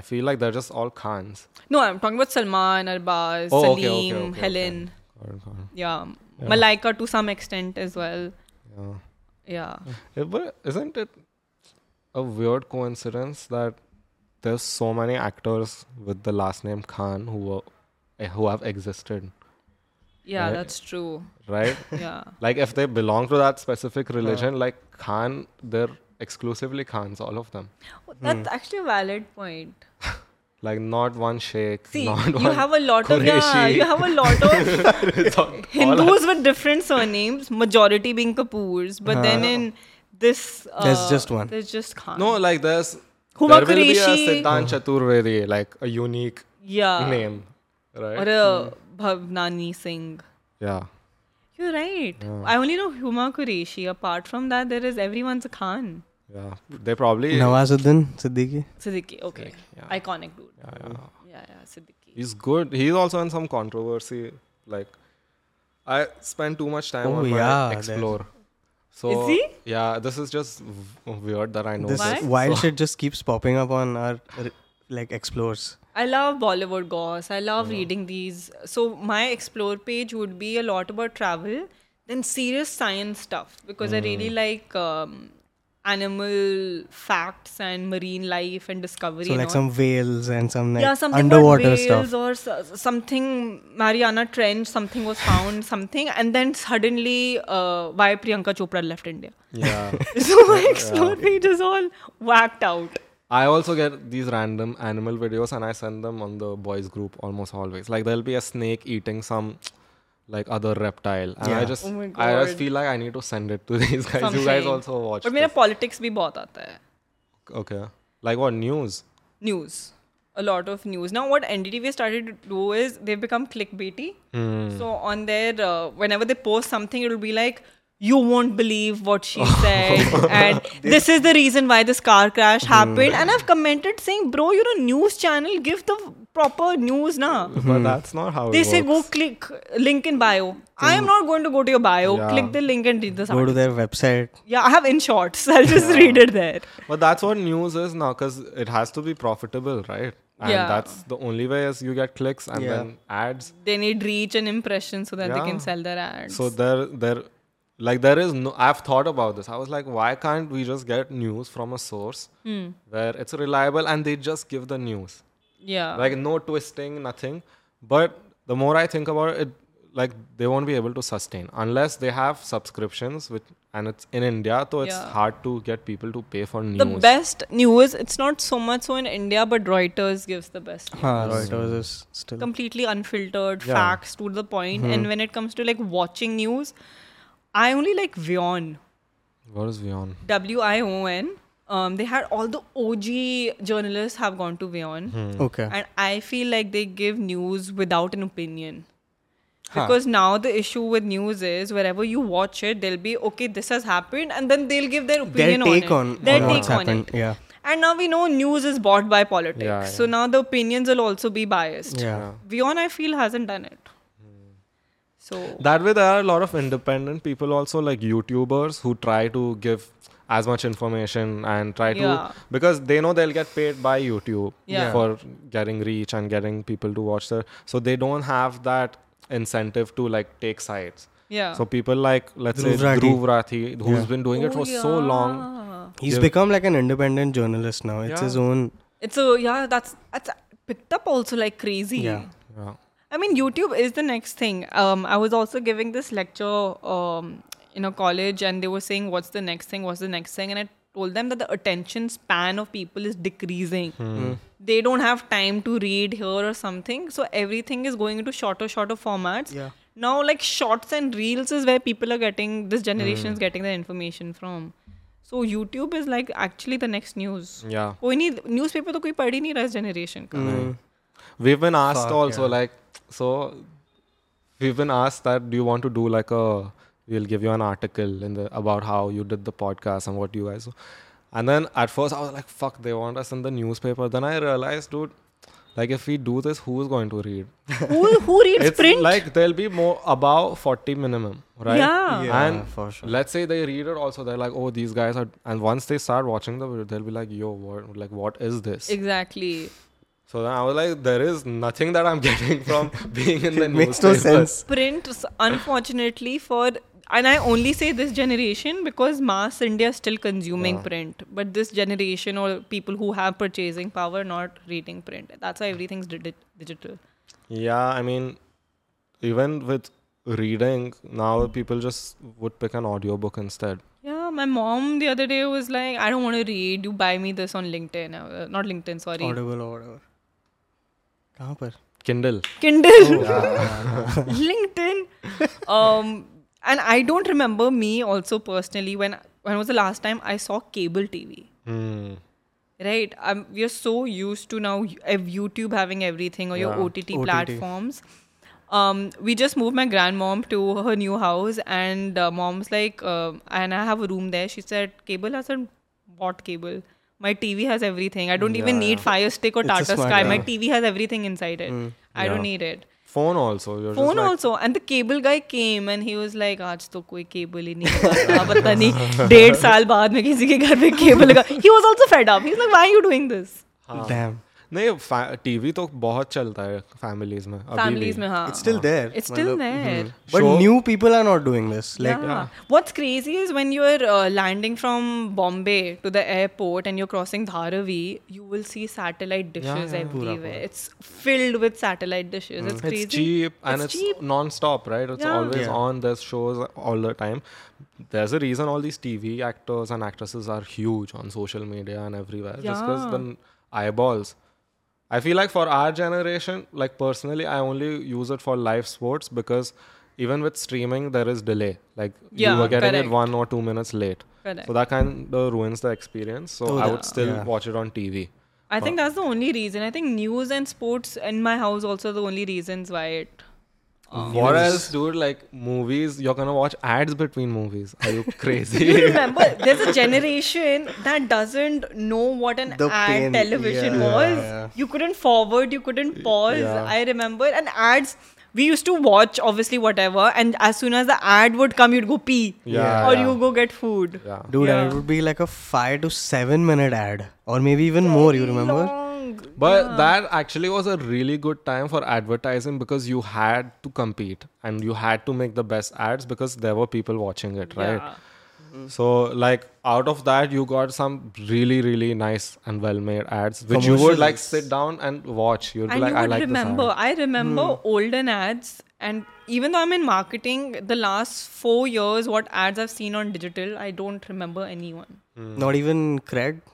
I feel like they're just all Khans. no, I'm talking about Salman, Arbaz, Oh, okay, okay, Salim, okay, okay. Helen. Or- or- Yeah. Malaika to some extent as well. yeah. Yeah. Yeah, but isn't it a weird coincidence that there's so many actors with the last name Khan who were, eh, who have existed, Yeah, Right. that's true. right? Yeah. like if they belong to that specific religion, like Khan, they're exclusively Khans, all of them. Hmm. That's actually a valid point. Like not one Sheikh, See, not you one have a lot of yeah, Qureshi. you have a lot of It's all- all- Hindus with different surnames, majority being Kapoors, but then in this uh, There's just one. There's just Khan. No, like there's Huma there will be a Qureshi. Siddhant Chaturvedi, like a unique yeah, name, right? or a Bhavnani Singh. yeah. You're right. I only know Huma Qureshi. Apart from that, there is everyone's a Khan. Yeah, they probably. Nawazuddin Siddiqui. Siddiqui, okay, yeah. iconic dude. Yeah, yeah. Yeah, yeah, Siddiqui. He's good. He's also in some controversy. Like, I spend too much time Oh, on yeah, my that's- explore. So Is he? yeah, this is just w- weird that I know. This Why? wild shit just keeps popping up on our r- like explores. I love Bollywood goss. I love reading these. So my explore page would be a lot about travel, then serious science stuff because Hmm. I really like um, animal facts and marine life and discovery. So and like all. some whales and some like yeah, something underwater about whales stuff. or s- something Mariana Trench. Something was found. something and then suddenly uh, why Priyanka Chopra left India. Yeah, So my explore page is all whacked out. I also get these random animal videos and I send them on the boys group almost always. Like there'll be a snake eating some like other reptile, and I Yeah. just Oh my I just God. feel like I need to send it to these guys. You guys Something. also watch. But मेरा this. politics भी बहुत आता है. Okay, like what news? news a lot of news now what ndtv has started to do is they've become clickbaity Hmm. so on their uh, whenever they post something it'll be like you won't believe what she said and this is the reason why this car crash Hmm. happened and i've commented saying bro you're a news channel give the proper news now Mm-hmm. But that's not how they it say works. Hmm. go click link in bio i am not going to go to your bio Yeah. click the link and read this Go to article. their website. yeah i have in shorts i'll just read it there But that's what news is now, because it has to be profitable, right? And Yeah. that's the only way is you get clicks and Yeah. then ads. they need reach and impression so that they can Yeah. sell their ads So there, there, like there is no. I've thought about this. I was like, why can't we just get news from a source Hmm. where it's reliable and they just give the news, yeah like no twisting, nothing. But the more I think about it, like they won't be able to sustain unless they have subscriptions, which and it's in India, so it's Yeah. hard to get people to pay for news. the best news it's not so much so in india but reuters gives the best news. Huh, Reuters is still. completely unfiltered Yeah. facts to the point and when it comes to like watching news i only like vion what is Vion? w-i-o-n um, they had all the og journalists have gone to vion okay. and i feel like they give news without an opinion because now the issue with news is wherever you watch it they'll be okay this has happened and then they'll give their Their opinion take on, on, it. their on take what's on happened. it Yeah. And now we know news is bought by politics. Yeah, So now the opinions will also be biased. Yeah. Vion, I feel, hasn't done it. So, That way, there are a lot of independent people also, like YouTubers, who try to give as much information and try Yeah. to because they know they'll get paid by YouTube Yeah. for getting reach and getting people to watch their. So they don't have that incentive to like take sides. yeah. So people like let's Dhruv say Rathi. Dhruv Rathi, who's Yeah. been doing it Oh, for so long. yeah. He's become like an independent journalist now. It's Yeah. his own. It's a, yeah, that's, that's picked up also like crazy. Yeah. Yeah. I mean, YouTube is the next thing. Um, I was also giving this lecture um, in a college, and they were saying, "What's the next thing? What's the next thing?" And I told them that the attention span of people is decreasing. Hmm. They don't have time to read here or something, so everything is going into shorter, shorter formats. Yeah. Now, like shorts and reels is where people are getting. This generation Hmm. is getting their information from. So YouTube is like actually the next news. Yeah. कोई नहीं newspaper तो कोई पढ़ ही नहीं रहा इस generation का. Hmm. We've been asked also like so we've been asked that do you want to do like a we'll give you an article in the about how you did the podcast and what you guys and then at first I was like fuck they want us in the newspaper then I realized dude Like if we do this, who's going to read? who who reads Hmm. It's print? like there'll be more above 40 minimum, right? Yeah. Yeah, and for sure. let's say they read it also, they're like, oh, these guys are. And once they start watching the video, they'll be like, yo, what, like, what is this? exactly. so then I was like, there is nothing that I'm getting from being in the It makes no newspaper. sense. Print, s- unfortunately, for and I only say this generation because mass India is still consuming print, but this generation or people who have purchasing power not reading print. That's why everything's digi- digital. Yeah, I mean, even with reading, now people just would pick an audiobook instead. Yeah, my mom the other day was like, "I don't want to read. You buy me this on LinkedIn. Uh, not LinkedIn, sorry, Audible or whatever. कहाँ पर Kindle. Kindle, LinkedIn." Um, and I don't remember me also personally when when was the last time I saw cable TV. Hmm. Right, um, we are so used to now y- ev- YouTube having everything or your Yeah. OTT, OTT. platforms. Um, we just moved my grandmom to her new house, and uh, mom's like, uh, and I have a room there. She said, "Cable," I said, "What cable? My TV has everything. I don't even Yeah, need yeah. Fire Stick or It's a Tata smart Mm. Sky. My TV. TV has everything inside it. I Yeah. don't need it." Phone also. You're Phone just like, also, and the cable guy came and he was like, "आज तो कोई cable ही नहीं लगा, पता नहीं डेढ़ साल बाद में किसी के घर पे cable लगा." He was also fed up. He's like, "Why are you doing this?" Damn. नहीं फा- टीवी तो बहुत चलता है फैमिलीज में अभी Families में हाँ. It's still there. It's still मतलब- there. But Show- new people are not doing this. Like yeah. What's crazy is when you're uh, landing from Bombay to the airport and you're crossing Dharavi, you will see satellite dishes everywhere. It's filled with satellite dishes. It's Mm, It's crazy. cheap and it's, cheap. non-stop, right? It's Yeah. always Yeah. on. There's shows all the time. There's a reason all these TV actors and actresses are huge on social media and everywhere. Just because the Yeah. n- eyeballs. I feel like for our generation, like personally, I only use it for live sports because even with streaming, there is delay. Like you Yeah, were getting it correct. one or two minutes late. Correct. So that kind of ruins the experience. So Oh, I that- would still yeah. watch it on TV. I think that's the only reason. I think news and sports in my house also the only reasons why it. Um, What else, dude? Like movies, you're gonna watch ads between movies. Are you You crazy? remember, there's a generation that doesn't know what an The ad pain, television yeah. was. Yeah. You couldn't forward, you couldn't pause. Yeah. I remember, and ads. We used to watch obviously whatever, and as soon as the ad would come, you'd go pee, Yeah, or yeah. you go get food. yeah. dude, and it Yeah. would be like a five to seven minute ad, or maybe even more. You remember? Long. But that actually was a really good time for advertising because you had to compete and you had to make the best ads because there were people watching it, right? Yeah. Mm. So like out of that you got some really, really nice and well made ads which you would like Commercials. sit down and watch. You'd be and like, you I would like Hmm. remember this i remember olden ads and even though i'm in marketing the last four years what ads i've seen on digital i don't remember anyone Hmm. Not even cred.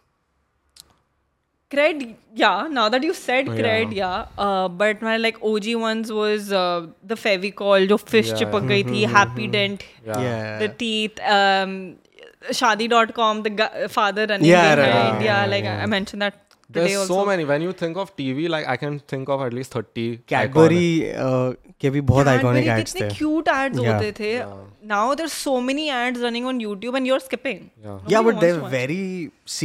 cred yeah now that you said Yeah. cred yeah, Uh, but my like og ones was uh, the fevicol jo fish Yeah. chipak gayi thi happy dent ad. Yeah. the teeth um shadi.com the gu- uh, father running Yeah, right, behind yeah, yeah, yeah, like I- i mentioned that today There's also so many. When you think of TV, like I can think of at least thirty. iconic- Cadbury uh, के भी बहुत Cadbury iconic के ads इतने थे cute ads Yeah. होते थे. Now there's so many ads running on YouTube and you're skipping. Yeah. Nobody Yeah, but wants they're to watch. very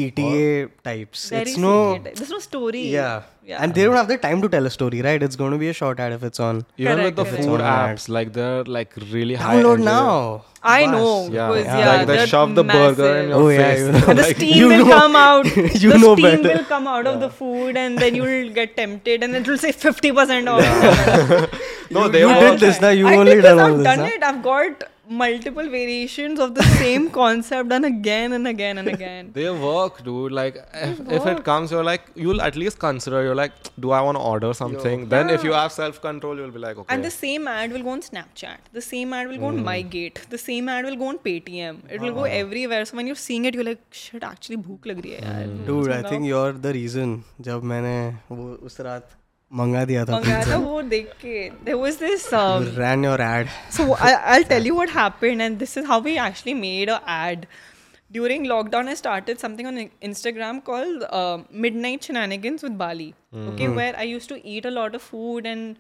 CTA types. Very it's no secret. There's no story. yeah. Yeah. And they don't have the time to tell a story, right? It's going to be a short ad if it's on. Even Correct, with the correct. food It's all apps, like they're like really high. Download end. now. I Bus. know. Yeah. because, yeah. yeah, like they they're shove the burger in massive. your Oh, yeah, face. you know. And the Like, steam You will know- come out. you the know steam better. will come out of the food, and then you'll get tempted, and it'll say fifty percent off. no, You- they you were did this now. You I only did done this, all I've this. done huh? it. I've got multiple variations of the same concept done again and again and again. They work, dude. Like, if, if it comes, you're like, you'll at least consider. You're like, do I want to order something? Then, if you have self control, you'll be like, okay. And the same ad will go on Snapchat. The same ad will go Mm. on MyGate. The same ad will go on Paytm. It will go Uh-huh. everywhere. So when you're seeing it, you're like, shit, actually भूख लग रही है यार. Mm. Dude, I think you're the reason. जब मैंने वो उस रात मंगा दिया था मंगाया pizza. था वो देख के. There was this. Um, You ran your ad. so I, I'll tell you what happened, and this is how we actually made a ad. During lockdown, I started something on Instagram called uh, Midnight Shenanigans with Bali. Okay, where I used to eat a lot of food and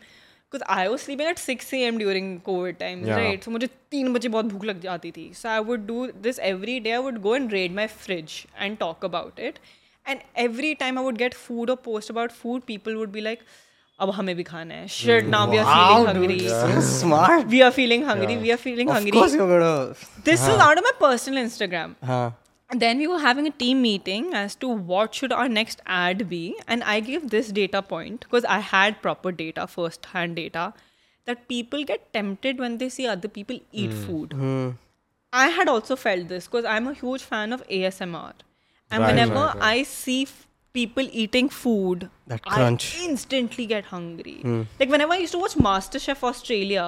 because I was sleeping at 6 a.m. during COVID times, Yeah. right? So मुझे तीन बजे बहुत भूख लग जाती थी. So I would do this every day. I would go and raid my fridge and talk about it. And every time I would get food or post about food, people would be like, अब हमें भी खाना है shit now we are feeling hungry So smart. we are feeling hungry we are feeling Of hungry course you're gonna. हाँ। this is out of my personal Instagram. Huh. And then we were having a team meeting as to what should our next ad be, and I gave this data point because I had proper data, first-hand data, that people get tempted when they see other people eat Hmm. food. I had also felt this because I'm a huge fan of ASMR, and Right, whenever right, right. I see f- people eating food, That crunch. Hmm. I instantly get hungry. Like whenever I used to watch MasterChef Australia,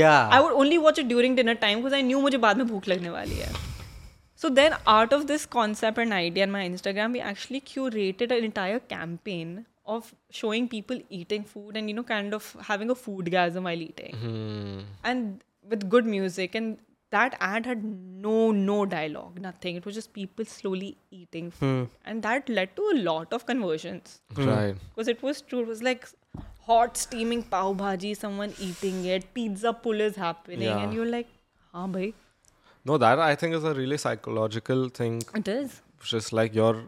Yeah. I would only watch it during dinner time because I knew मुझे बाद में भूख लगने वाली है so then out of this concept and idea and my Instagram we actually curated an entire campaign of showing people eating food and you know kind of having a foodgasm I eating Hmm. And with good music and That ad had no no dialogue, nothing. It was just people slowly eating food, and that led to a lot of conversions Hmm. Right. because it was true. It was like hot steaming pav bhaji, someone eating it, pizza pull is happening, Yeah. and you're like, "Ah, bhai, No, that I think is a really psychological thing. it is." It's just like you're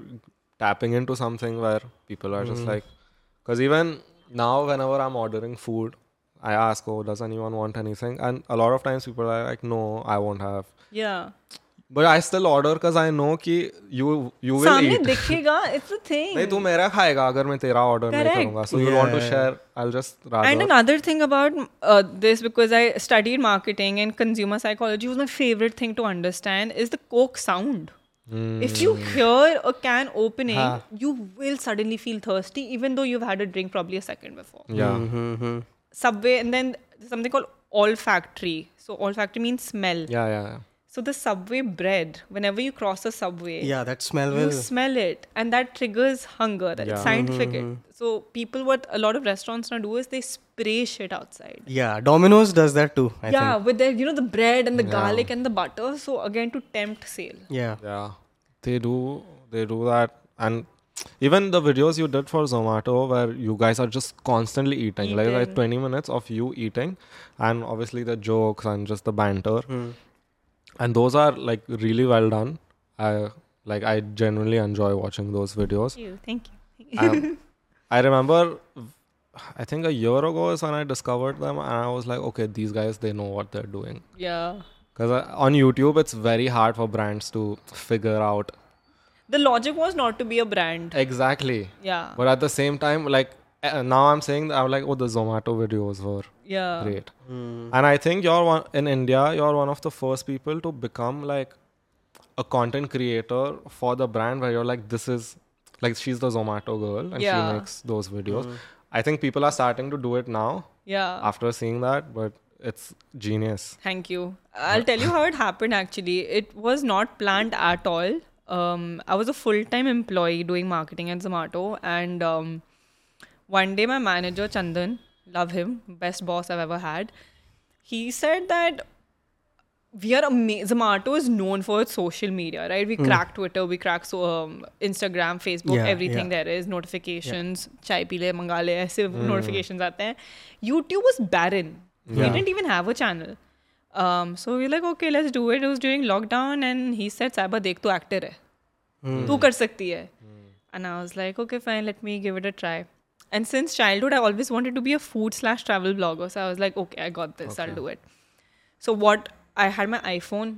tapping into something where people are just like, because even now, whenever I'm ordering food, I ask, oh, does anyone want anything? And a lot of times people are like, no, I won't have. Yeah. But I still order because I know कि you you will सामने eat. दिखेगा. It's a thing. नहीं तू मेरा खाएगा अगर मैं तेरा ऑर्डर नहीं Correct. करूंगा so you want to share I will just And rather another thing about uh, this, because I studied marketing and consumer psychology, was my favorite thing to understand is the Coke sound. Hmm. If you hear a can opening, you will suddenly feel thirsty, even though you've had a drink probably a second before. या Mm-hmm. Hmm, Subway, and then something called olfactory. So olfactory means smell. या या So the subway bread, whenever you cross a subway, yeah, that smell you will. smell it, and that triggers hunger. That it's Yeah. scientific. Mm-hmm. So people, what a lot of restaurants now do is they spray shit outside. Yeah, Domino's does that too. I yeah, Think. with their you know the bread and the garlic and the butter. So again to tempt sale. Yeah. या they do they do that and Even the videos you did for Zomato, where you guys are just constantly eating, like, like 20 minutes of you eating, and obviously the jokes and just the banter, and those are like really well done. I like I genuinely enjoy watching those videos. Thank you. Thank you. Um, I remember, I think a year ago is when I discovered them, and I was like, okay, these guys, they know what they're doing. Yeah. Because on YouTube, it's very hard for brands to figure out The logic was not to be a brand. exactly. Yeah. But at the same time, like uh, now I'm saying that I'm like, oh, the Zomato videos were Yeah. great. hmm. And I think you're one in India, you're one of the first people to become like a content creator for the brand where you're like, this is like she's the Zomato girl and Yeah. Hmm. she makes those videos. I think people are starting to do it now Yeah. after seeing that, but it's genius. Thank you. I'll tell you how it happened actually. It was not planned at all. Um, I was a full time employee doing marketing at Zomato. And um, one day, my manager, Chandan, love him, best boss I've ever had, he said that we are amazing. Zomato is known for its social media, right? We crack Twitter, we crack so, um, Instagram, Facebook, Hmm. Yeah, everything yeah. there is. Notifications, chai pile, manga le, aise notifications aate hain. YouTube was barren. We Yeah. didn't even have a channel. Um, so we were like, okay, let's do it. It was during lockdown, and he said, Saiba, dekh, tu actor hai. तू कर सकती है and i was like okay fine let me give it a try and since childhood i always wanted to be a food slash travel blogger so i was like okay i got this i'll do it so what i had my iphone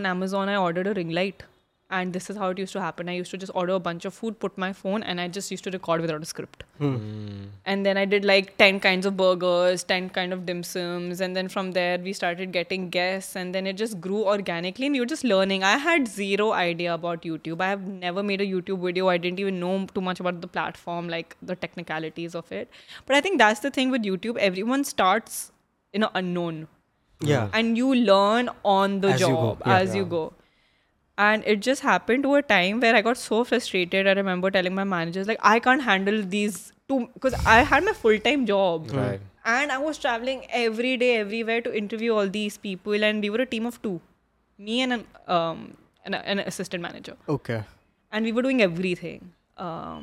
on amazon i ordered a ring light and this is how it used to happen i used to just order a bunch of food put my phone and i just used to record without a script and then i did like 10 kinds of burgers 10 kind of dim sums and then from there we started getting guests and then it just grew organically and you're just learning i had zero idea about youtube i have never made a youtube video i didn't even know too much about the platform like the technicalities of it but i think that's the thing with youtube everyone starts in an unknown Hmm. Yeah. and you learn on the As you go, job as you go and it just happened to a time where i got so frustrated i remember telling my managers like i can't handle these two because i had my full-time job Right. and i was traveling every day everywhere to interview all these people and we were a team of two me and an, um, an, an assistant manager Okay. and we were doing everything. Um,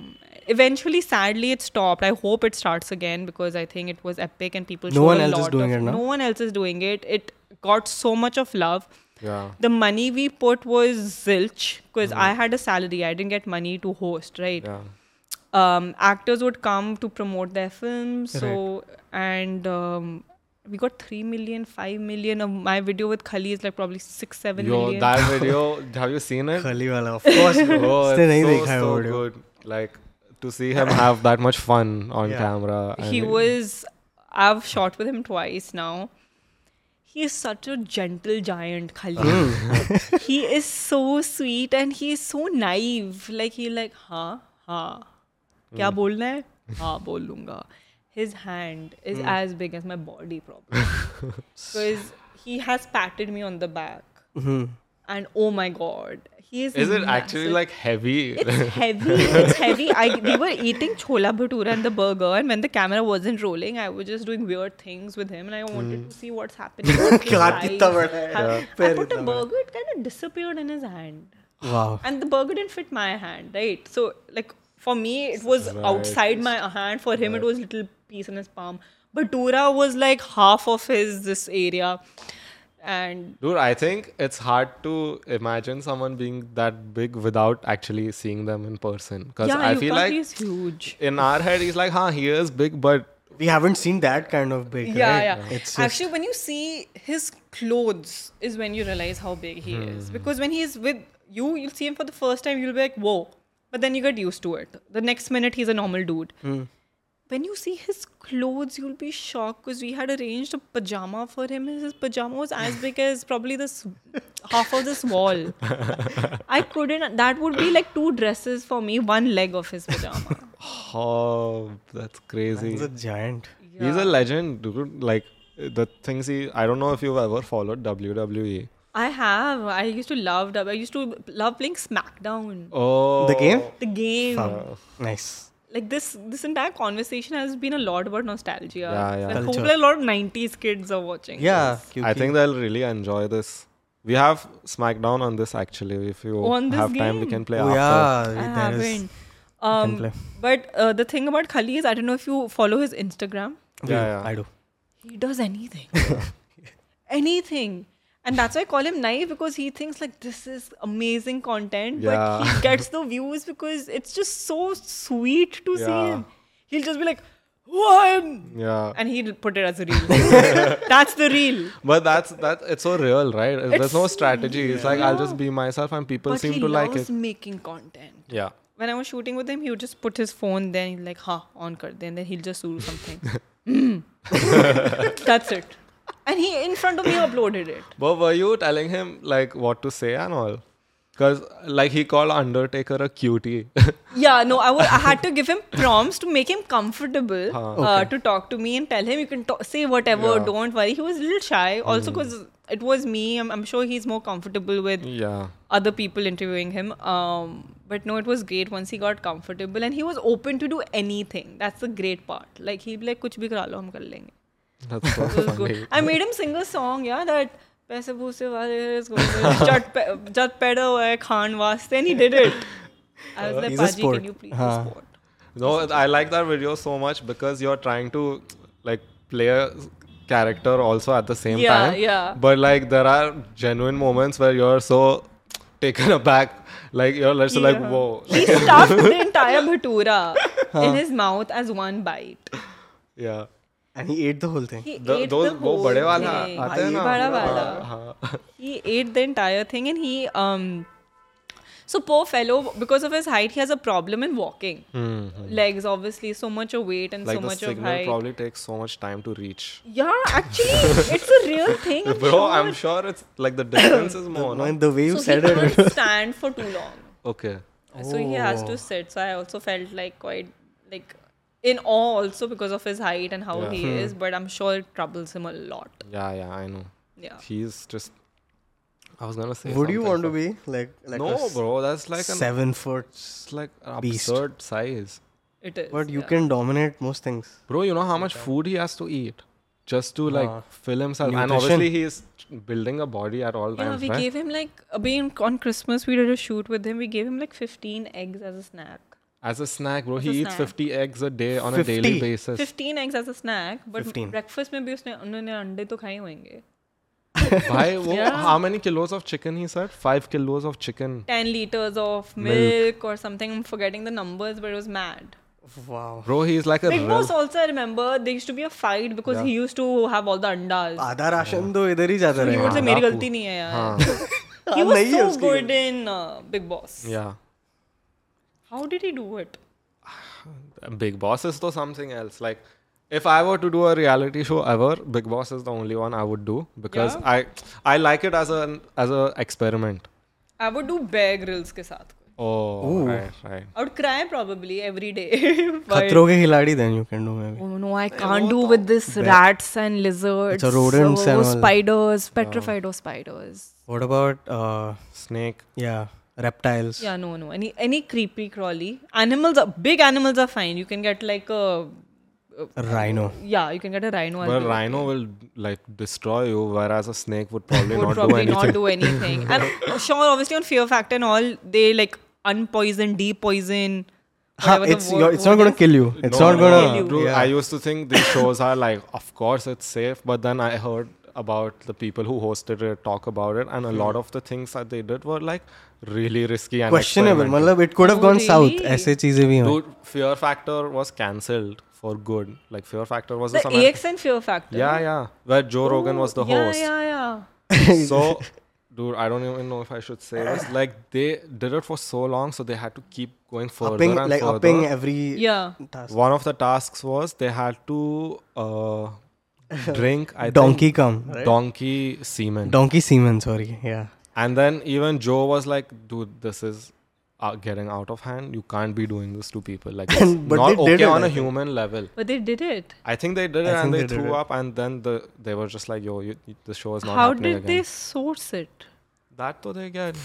eventually, sadly, it stopped. I hope it starts again because I think it was epic and people. No showed one a else is lot doing of- it now? No one else is doing it. It got so much of love. Yeah. The money we put was zilch because Mm-hmm. I had a salary. I didn't get money to host, right? Yeah. Um, actors would come to promote their films. So and um, we got three million, five million. Of my video with Khali is like probably six, seven million. Yo, that video, have you seen it? खली वाला of course Oh, उसने नहीं it's so, देखा है वो so video good. Like to see him have that much fun on Yeah. camera. he and- was i've shot with him twice now he is such a gentle giant Oh, khalil he is so sweet and he is so naive like he like huh huh क्या Hmm. बोलना है हाँ बोल लूंगा his hand is Hmm. as big as my body probably because he has patted me on the back and oh my god he is Hmm. Is it actually massive. like heavy? It's heavy. It's heavy. I we were eating chola bhatura and the burger, and when the camera wasn't rolling, I was just doing weird things with him, and I Hmm. wanted to see what's happening. What's his God, eyes. कितना बड़ा I- है. I पैर put a इतना burger. It kind of disappeared in his hand, wow and the burger didn't fit my hand. Right. So like for me, it was outside my hand. For him, it was little piece in his palm. Bhatura was like half of his this area, and Dude, I think it's hard to imagine someone being that big without actually seeing them in person. Because yeah, I you feel like can't. he's huge. in our head, he's like, huh, he is big, but we haven't seen that kind of big yeah, right? yeah. It's just- Actually, when you see his clothes, is when you realize how big he is. Hmm. Because when he's with you, you'll see him for the first time, you'll be like, whoa. But then you get used to it. The next minute, he's a normal dude. Hmm. When you see his clothes, you'll be shocked because we had arranged a pajama for him. and His pajama was as big as probably this half of this wall. I couldn't. That would be like two dresses for me, one leg of his pajama. oh, that's crazy. he's a giant He's a legend, dude. Like the things he I don't know if you've ever followed E. WWE. I have. I used to love. I used to love playing SmackDown. Oh the game The game. nice Like this. This entire conversation has been a lot about nostalgia. Yeah, yeah. And Culture. hopefully, a lot of '90s kids are watching. yeah I क्योंकि- think they'll really enjoy this. We have SmackDown on this actually. If you On this have time, we game? can play oh, after. yeah I there is haven't. can Um, play. but uh, the thing about Khali is, I don't know if you follow his Instagram. Yeah, yeah. I do He does anything. anything. And that's why I call him naive because he thinks like this is amazing content, but Yeah. he gets the views because it's just so sweet to see Yeah. him. He'll just be like, one, Yeah. and he'll put it as a reel. that's the reel. But that's that it's so real, right? There's no It's- strategy. It's like I'll Yeah. just be myself and people but seem he to like loves it. making content. Yeah. When I was shooting with him, he would just put his phone there and he'll like, ha, on kar de, and then he'll just do something. Mm. that's it. And he, in front of me, uploaded it. But were you telling him like what to say and all? Because like he called Undertaker a cutie. Yeah, no, I wa- I had to give him prompts to make him comfortable uh, to talk to me and tell him you can talk, say whatever, Yeah. Hmm. don't worry. He was a little shy, also because it was me. I'm, I'm sure he's more comfortable with yeah. other people interviewing him. Um, but no, it was great once he got comfortable and he was open to do anything. That's the great part. Like he'd be like, "कुछ भी करा लो, हम कर लेंगे." That's so It was funny. good. I made him sing a song, yeah, that. पैसे भूसे वाले is going to- जट पे- जट पैदा हुआ है खान वास्ते and he did it. I was like, He's a Paji, sport. can you please be sport? No, I like that video so much because you're trying to like play a character also at the same Yeah, time. yeah. But like there are genuine moments where you're so taken aback, like you're just like Yeah. whoa, He stuffed the entire bhatura in his mouth as one bite. yeah. and he ate the whole thing He The, ate those the वो whole बड़े वाला thing. आते हैं ना बड़ा पूरा, वाला. हाँ, He ate the entire thing and he um so poor fellow because of his height he has a problem in walking. Legs obviously so much of weight and Mm-hmm. like the so much of signal height. probably takes so much time to reach. Yeah, actually it's a real thing. I'm Bro, sure. I'm sure it's like the distance is more. no? And the way so you he said it can't stand for too long. Okay. So he has Oh. to sit. So I also felt like quite like in awe also because of his height and how Yeah. Hmm. he is, but I'm sure it troubles him a lot. Yeah, yeah, I know. Yeah. He's just. I was gonna say. would you something, want to but- be like like a No, s- bro. That's like an seven foot It's like an Beast. absurd size. It is. but you yeah. can dominate most things Bro, you know how much food he has to eat just to like Ah. fill himself. And Nutrition. obviously he is building a body at all You know, times, we right? gave him like a bean on Christmas. We did a shoot with him. We gave him like 15 eggs as a snack. As a snack, bro, As he a eats snack. 50 eggs a day on a 50? daily basis. 15 eggs as a snack, but 15. breakfast में भी उसने उन्होंने अंडे तो खाए होंगे. Why? Wo, Yeah. How many kilos of chicken he said? Five kilos of chicken. 10 liters of milk, Milk. or something. I'm forgetting the numbers, but it was mad. Wow. Bro, he's like a Big Boss real. also, I remember, there used to be a fight because Yeah. he used to have all the andas. आधा ration तो इधर ही जाता he would रहेगा say, मेरी Rapu. गलती नहीं है यार. हाँ, He was नहीं है so उसकी good in uh, Big Boss. yeah. How did he do it? Big Boss is though something else. Like, if I were to do a reality show ever, Big Boss is the only one I would do because Yeah. I I like it as an as a experiment. I would do Bear Grylls के साथ. Oh, right, right. I would cry probably every day. but खतरों के खिलाड़ी then you can do maybe Oh no, I can't do with this rats and lizards. It's a rodents so and all. spiders, petrified of spiders. what about uh Snake. yeah reptiles Yeah, no, no. Any any creepy crawly animals. Are, big animals are fine. You can get like a rhino yeah, you can get a rhino. I'll But do it. rhino will like destroy you, whereas a snake would probably would not do probably anything. not do anything. I'm sure, obviously, on Fear Factor and all, they like unpoison, depoison. Huh, whatever the it's word- your, it's word not gonna is. kill you it's No, not no, gonna no, Dude, yeah. I used to think these shows are like, of course it's safe, but then I heard about the people who hosted it talk about it, and a lot of the things that they did were like really risky and questionable experimental. मतलब it could have Oh, gone south really? ऐसे चीजें भी हैं Dude, Fear Factor was cancelled for good. Like Fear Factor was The this Ameri- AXN Fear Factor. yeah, yeah, where Joe Rogan was the yeah, host. Yeah, yeah. So, dude, I don't even know if I should say this. Like they did it for so long, so they had to keep going further upping and like further. upping every Yeah. task One of the tasks was they had to uh, drink I donkey think, cum right? donkey semen, donkey semen sorry yeah and then even Joe was like, "Dude, this is uh, getting out of hand. You can't be doing this to people. Like, it's But not they did okay it, on I a think. human level." But they did it. I think they did it, I and think they, they did threw it. up, and then the they were just like, "Yo, you, you- the show is not How happening did again." they source it? That though they get.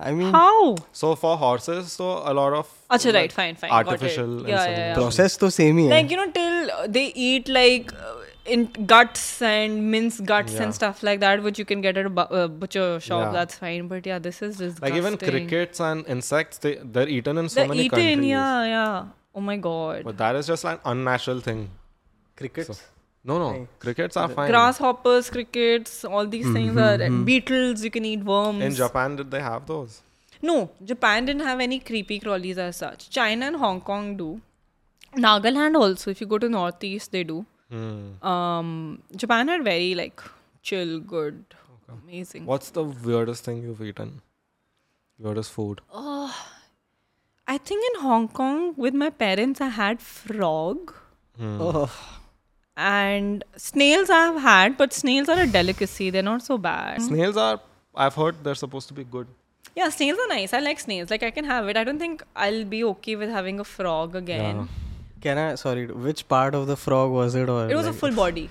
I mean Hmm. How? So for horses, so a lot of Achha, right, fine, fine. got it. artificial Yeah, yeah, yeah. process तो same ही है Like, you know, till uh, they eat like uh, in guts and mince guts Yeah. and stuff like that, which you can get at a bu- uh, butcher shop, Yeah. that's fine. But yeah, this is disgusting. like even crickets and insects, they they're eaten in so They're many eaten, countries. yeah, yeah. Oh my god. But that is just an unnatural thing. crickets No, no, crickets are fine. Mm-hmm, Grasshoppers, crickets, all these things are. Beetles, you can eat worms. In Japan, did they have those? No, Japan didn't have any creepy crawlies as such. China and Hong Kong do. Nagaland also, if you go to northeast, they do. Hmm. Um, Japan had very like chill, good, amazing. What's the weirdest thing you've eaten? Weirdest food. Oh. I think in Hong Kong with my parents, I had frog oh, and snails. I have had, but snails are a delicacy. They're not so bad. Mm-hmm. Snails are. I've heard they're supposed to be good. Yeah, snails are nice. I like snails. Like I can have it. I don't think I'll be okay with having a frog again. can I sorry which part of the frog was it or It was a like- full body.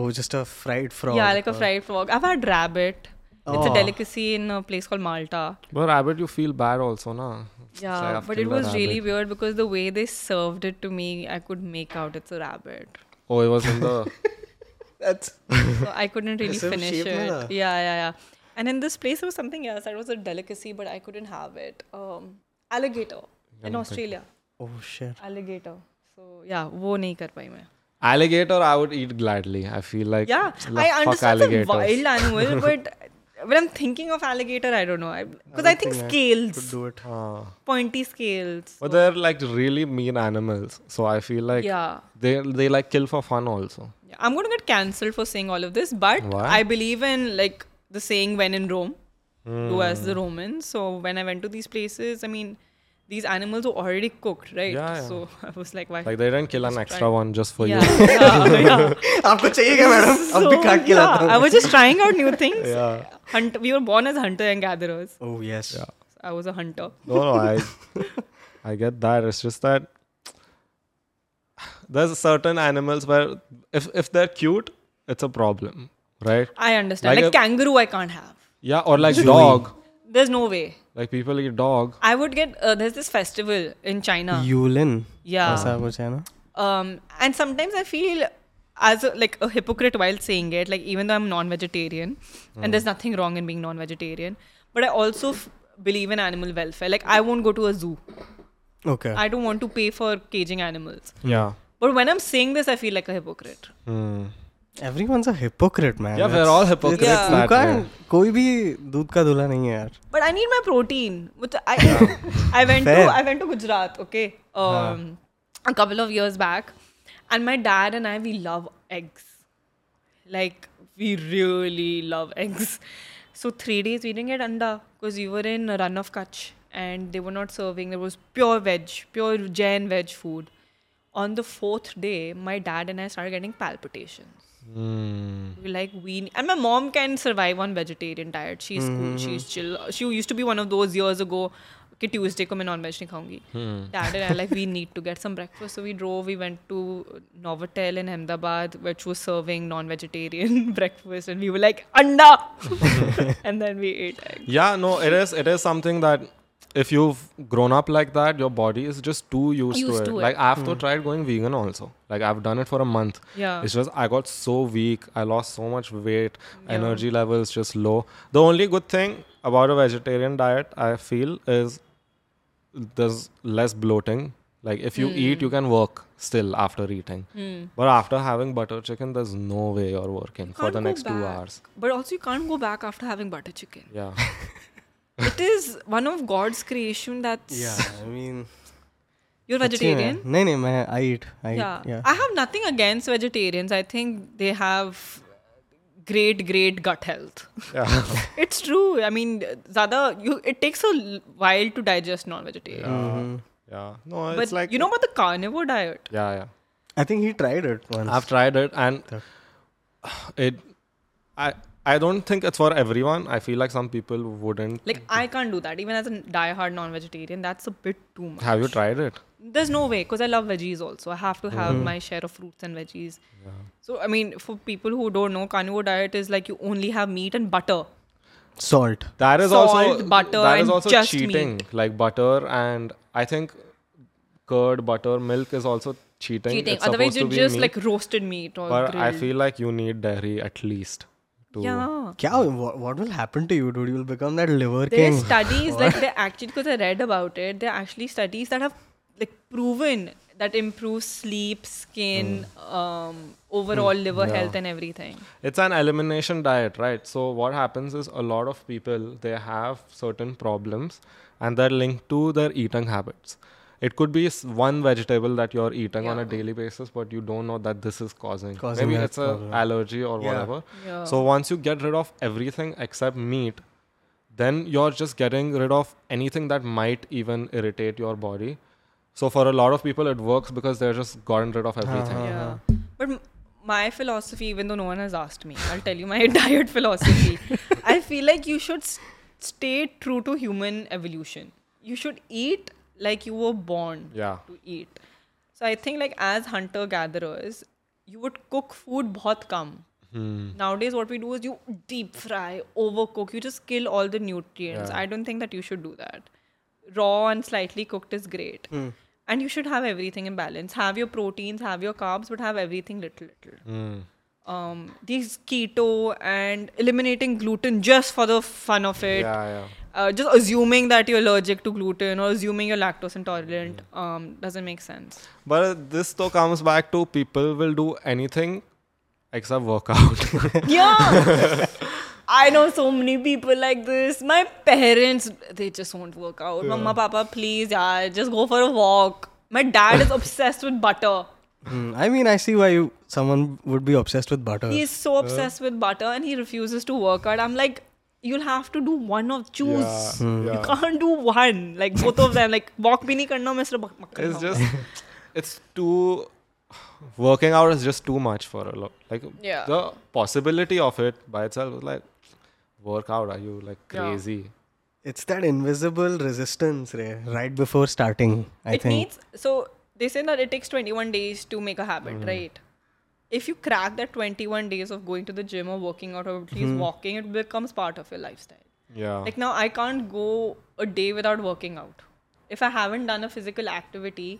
oh just a fried frog Yeah, like a or- fried frog. I've had rabbit. It's a Oh. delicacy in a place called Malta. But rabbit, you feel bad also, na? It's Yeah, like, I've but it killed a was really rabbit. weird because the way they served it to me, I could make out it's a rabbit. Oh, it was in the. that's So I couldn't really Some finish it. shape में Yeah, था। yeah, yeah. And in this place, there was something else. That was a delicacy, but I couldn't have it. Um, alligator in Australia. oh shit Alligator. So yeah, वो नहीं कर पाई मैं. Alligator, I would eat gladly. I feel like Yeah, like, I fuck understand it's a alligators. wild animal, but when I'm thinking of alligator, I don't know. Because I, think could scales, do it Ah. pointy scales. but they're like really mean animals, so I feel like yeah. they they like kill for fun also. Yeah, I'm gonna get cancelled for saying all of this, but Why? I believe in like the saying when in Rome, Hmm. do as the Romans. So when I went to these places, I mean, these animals were already cooked, right? Yeah, yeah. So I was like, why? Like they didn't kill an extra one just for yeah, you. yeah, yeah. आपको चाहिए क्या madam अब भी So, काट के लाता yeah, I हूँ was just trying out new things. Yeah. Hunt. We were born as hunter and gatherers. oh yes So I was a hunter. No, no, I I get that. It's just that there's certain animals where if if they're cute, it's a problem, right? I understand. Like, Like a- kangaroo, I can't have. Yeah, or like dog. There's no way. Like people eat dog. I would get. Uh, there's this festival in China. Yulin Yeah. ऐसा कुछ है ना um, and sometimes I feel as a, like a hypocrite while saying it, like even though I'm non-vegetarian, and there's nothing wrong in being non-vegetarian, but I also f- believe in animal welfare. Like I won't go to a zoo. okay I don't want to pay for caging animals. Yeah. But when I'm saying this, I feel like a hypocrite. Hmm. Everyone's a hypocrite, man. Yeah, we're It's- all it's- hypocrites you that way. can't- कोई भी दूध का दूल्हा नहीं है यार But I need my protein. But I, I went Fair. to I went to Gujarat, okay, um, a couple of years back, and my dad and I we love eggs, like we really love eggs. So three days we didn't get anda because we were in Run of Kutch and they were not serving. There was pure veg, pure Jain veg food. On the fourth day, my dad and I started getting palpitations. Hmm. We like we and my mom can survive on vegetarian diet. She's cool. She's chill. She used to be one of those years ago. कि Tuesday को मैं non-veg नहीं खाऊंगी. Dad and I like we need to get some breakfast. So we drove. We went to Novotel in Ahmedabad, which was serving non-vegetarian breakfast, and we were like anda, and then we ate egg. Yeah, no, it is. It is something that if you've grown up like that, your body is just too used, Used to, it. to it. Like I've to tried going vegan also. Like I've done it for a month. Yeah. It's just I got so weak. I lost so much weight. Energy levels just low. The only good thing about a vegetarian diet, I feel, is there's less bloating. Like if you eat, you Hmm. can work still after eating. But after having butter chicken, there's no way you're working for Can't the go next two back. hours. But also you can't go back after having butter chicken. Yeah. It is one of God's creation. That's I mean you're vegetarian. नहीं नहीं मैं I eat I yeah. eat yeah I have nothing against vegetarians. I think they have great, great gut health. yeah. it's true. I mean, Zada, you it takes a l- while to digest non-vegetarian. Yeah. No, it's But like you know about the carnivore diet? Yeah, yeah. I think he tried it once I've tried it and it I I don't think it's for everyone. I feel like some people wouldn't Like I can't do that. Even as a diehard non-vegetarian, that's a bit too much. have you tried it? There's no way because I love veggies also. I have to Mm-hmm. have my share of fruits and veggies. So I mean, for people who don't know, carnivore diet is like you only have meat and butter. salt That is also Salt, butter, that is and also just cheating. Like butter and I think curd, butter, milk is also cheating. Cheating. It's Otherwise, supposed you to be just meat, like roasted meat or but I grilled. feel like you need dairy at least to Yeah. क्या what, what will happen to you dude you will become that liver There are king studies like they actually because I read about it. There are actually studies that have like proven that improves sleep, skin, um, overall liver health, and everything. It's an elimination diet, right? So what happens is a lot of people they have certain problems and they're linked to their eating habits. It could be s- one vegetable that you're eating on a daily basis, but you don't know that this is causing. Causing Maybe that it's a problem. allergy or Yeah. whatever. Yeah. So once you get rid of everything except meat, then you're just getting rid of anything that might even irritate your body. So for a lot of people, it works because they're just gotten rid of everything. Yeah. But m- my philosophy, even though no one has asked me, I'll tell you my diet philosophy. I feel like you should s- stay true to human evolution. You should eat like you were born Yeah. to eat. So I think like as hunter gatherers, you would cook food बहुत कम. Nowadays, what we do is you deep fry, overcook. You just kill all the nutrients. Yeah. I don't think that you should do that. Raw and slightly cooked is great. And you should have everything in balance. Have your proteins, have your carbs, but have everything little, little. Um, these keto and eliminating gluten just for the fun of it Yeah, yeah. uh, just assuming that you're allergic to gluten or assuming you're lactose intolerant um, doesn't make sense. But this though comes back to people will do anything except workout. Yeah, I know so many people like this. My parents, they just won't work out. Mama, papa, please, yeah, just go for a walk. My dad is obsessed with butter. Hmm, I mean I see why you someone would be obsessed with butter He is so Uh. obsessed with butter and he refuses to work out. I'm like, you'll have to do one of choose. Yeah, Hmm. You yeah. can't do one. Like both of them. Like walk bhi nahi karna, main sirf mak- mak- it's karna. just it's too working out is just too much for a lot. Like Yeah. the possibility of it by itself is like workout. Are you like Yeah. crazy? it's that invisible resistance re, right before starting I it think needs so they say that it takes 21 days to make a habit Mm. right if you crack that 21 days of going to the gym or working out or at least Mm-hmm. walking it becomes part of your lifestyle Yeah. like now i can't go a day without working out if i haven't done a physical activity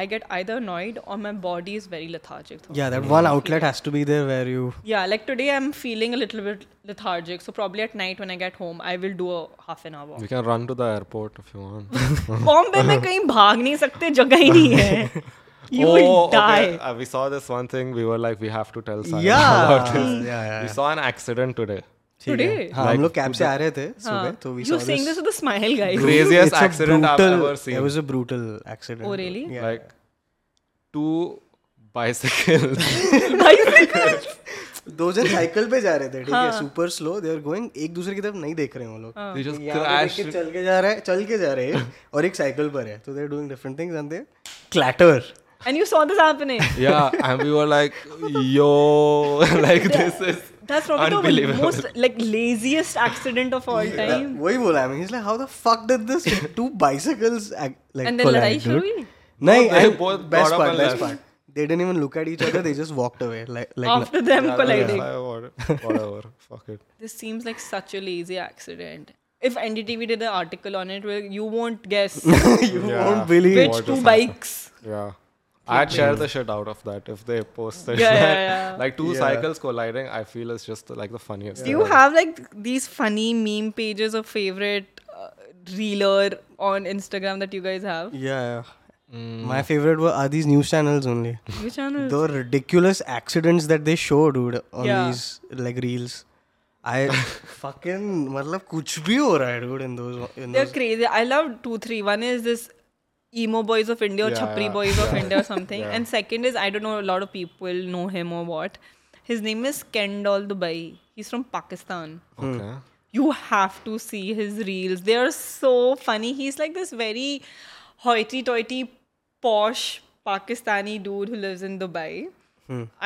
i get either annoyed or my body is very lethargic yeah that one outlet has to be there where you yeah like today i'm feeling a little bit lethargic so probably at night when i get home i will do a half an hour walk you can run to the airport if you want. Bombay में कहीं भाग नहीं सकते जगह ही नहीं है You oh, will okay. die. Uh, we saw this one thing. We were like, we have to tell Sarah Yeah. about this. Yeah, yeah, We yeah. saw an accident today. ठीक है। Today? हाँ, हम लोग cab से आ रहे थे सुबह Huh. तो we You're saying this with a smile, guys. Great. Craziest accident I've ever seen. It was a brutal accident. Oh, really? Yeah. Like two bicycles. Bicycles. दो जन साइकिल पे जा रहे थे ठीक है हाँ. Super slow they are going एक दूसरे की तरफ नहीं देख रहे हैं वो लोग they just यहाँ पे देख crashed. के चल के जा रहे हैं चल के जा रहे हैं और एक साइकिल पर है तो they are doing different things and they clatter and you saw this happening. Yeah, and we were like, yo, like this is That's probably the unbelievable. most like laziest accident of all time. वही बोला I mean is like how the fuck did this two bicycles like And then लड़ाई शुरू हुई? नहीं they and both best got up part and best left. part they didn't even look at each other they just walked away like like After them Yeah, colliding. yeah, Whatever, whatever, fuck it. This seems like such a lazy accident. If NDTV did an article on it, where you won't guess you Yeah. won't believe What is which two happening? bikes. Yeah. I'd share the shit out of that if they posted Yeah, that. yeah, yeah. Like two Yeah. cycles colliding, I feel is just like the funniest. Do you have like these funny meme pages of favorite uh, reeler on Instagram that you guys have? yeah Hmm. my favorite were are these news channels only Which channel? the ridiculous accidents that they show dude on Hmm. Yeah. these like reels I fucking मतलब कुछ भी हो रहा है dude in those They're in those crazy. I love two, three. One is this emo boys of India or Yeah, chapri yeah, boys of India or something. And second is I don't know. A lot of people know him or what. His name is Kendall Dubai. He's from Pakistan. Okay. You have to see his reels. They are so funny. He's like this very hoity-toity, posh Pakistani dude who lives in Dubai.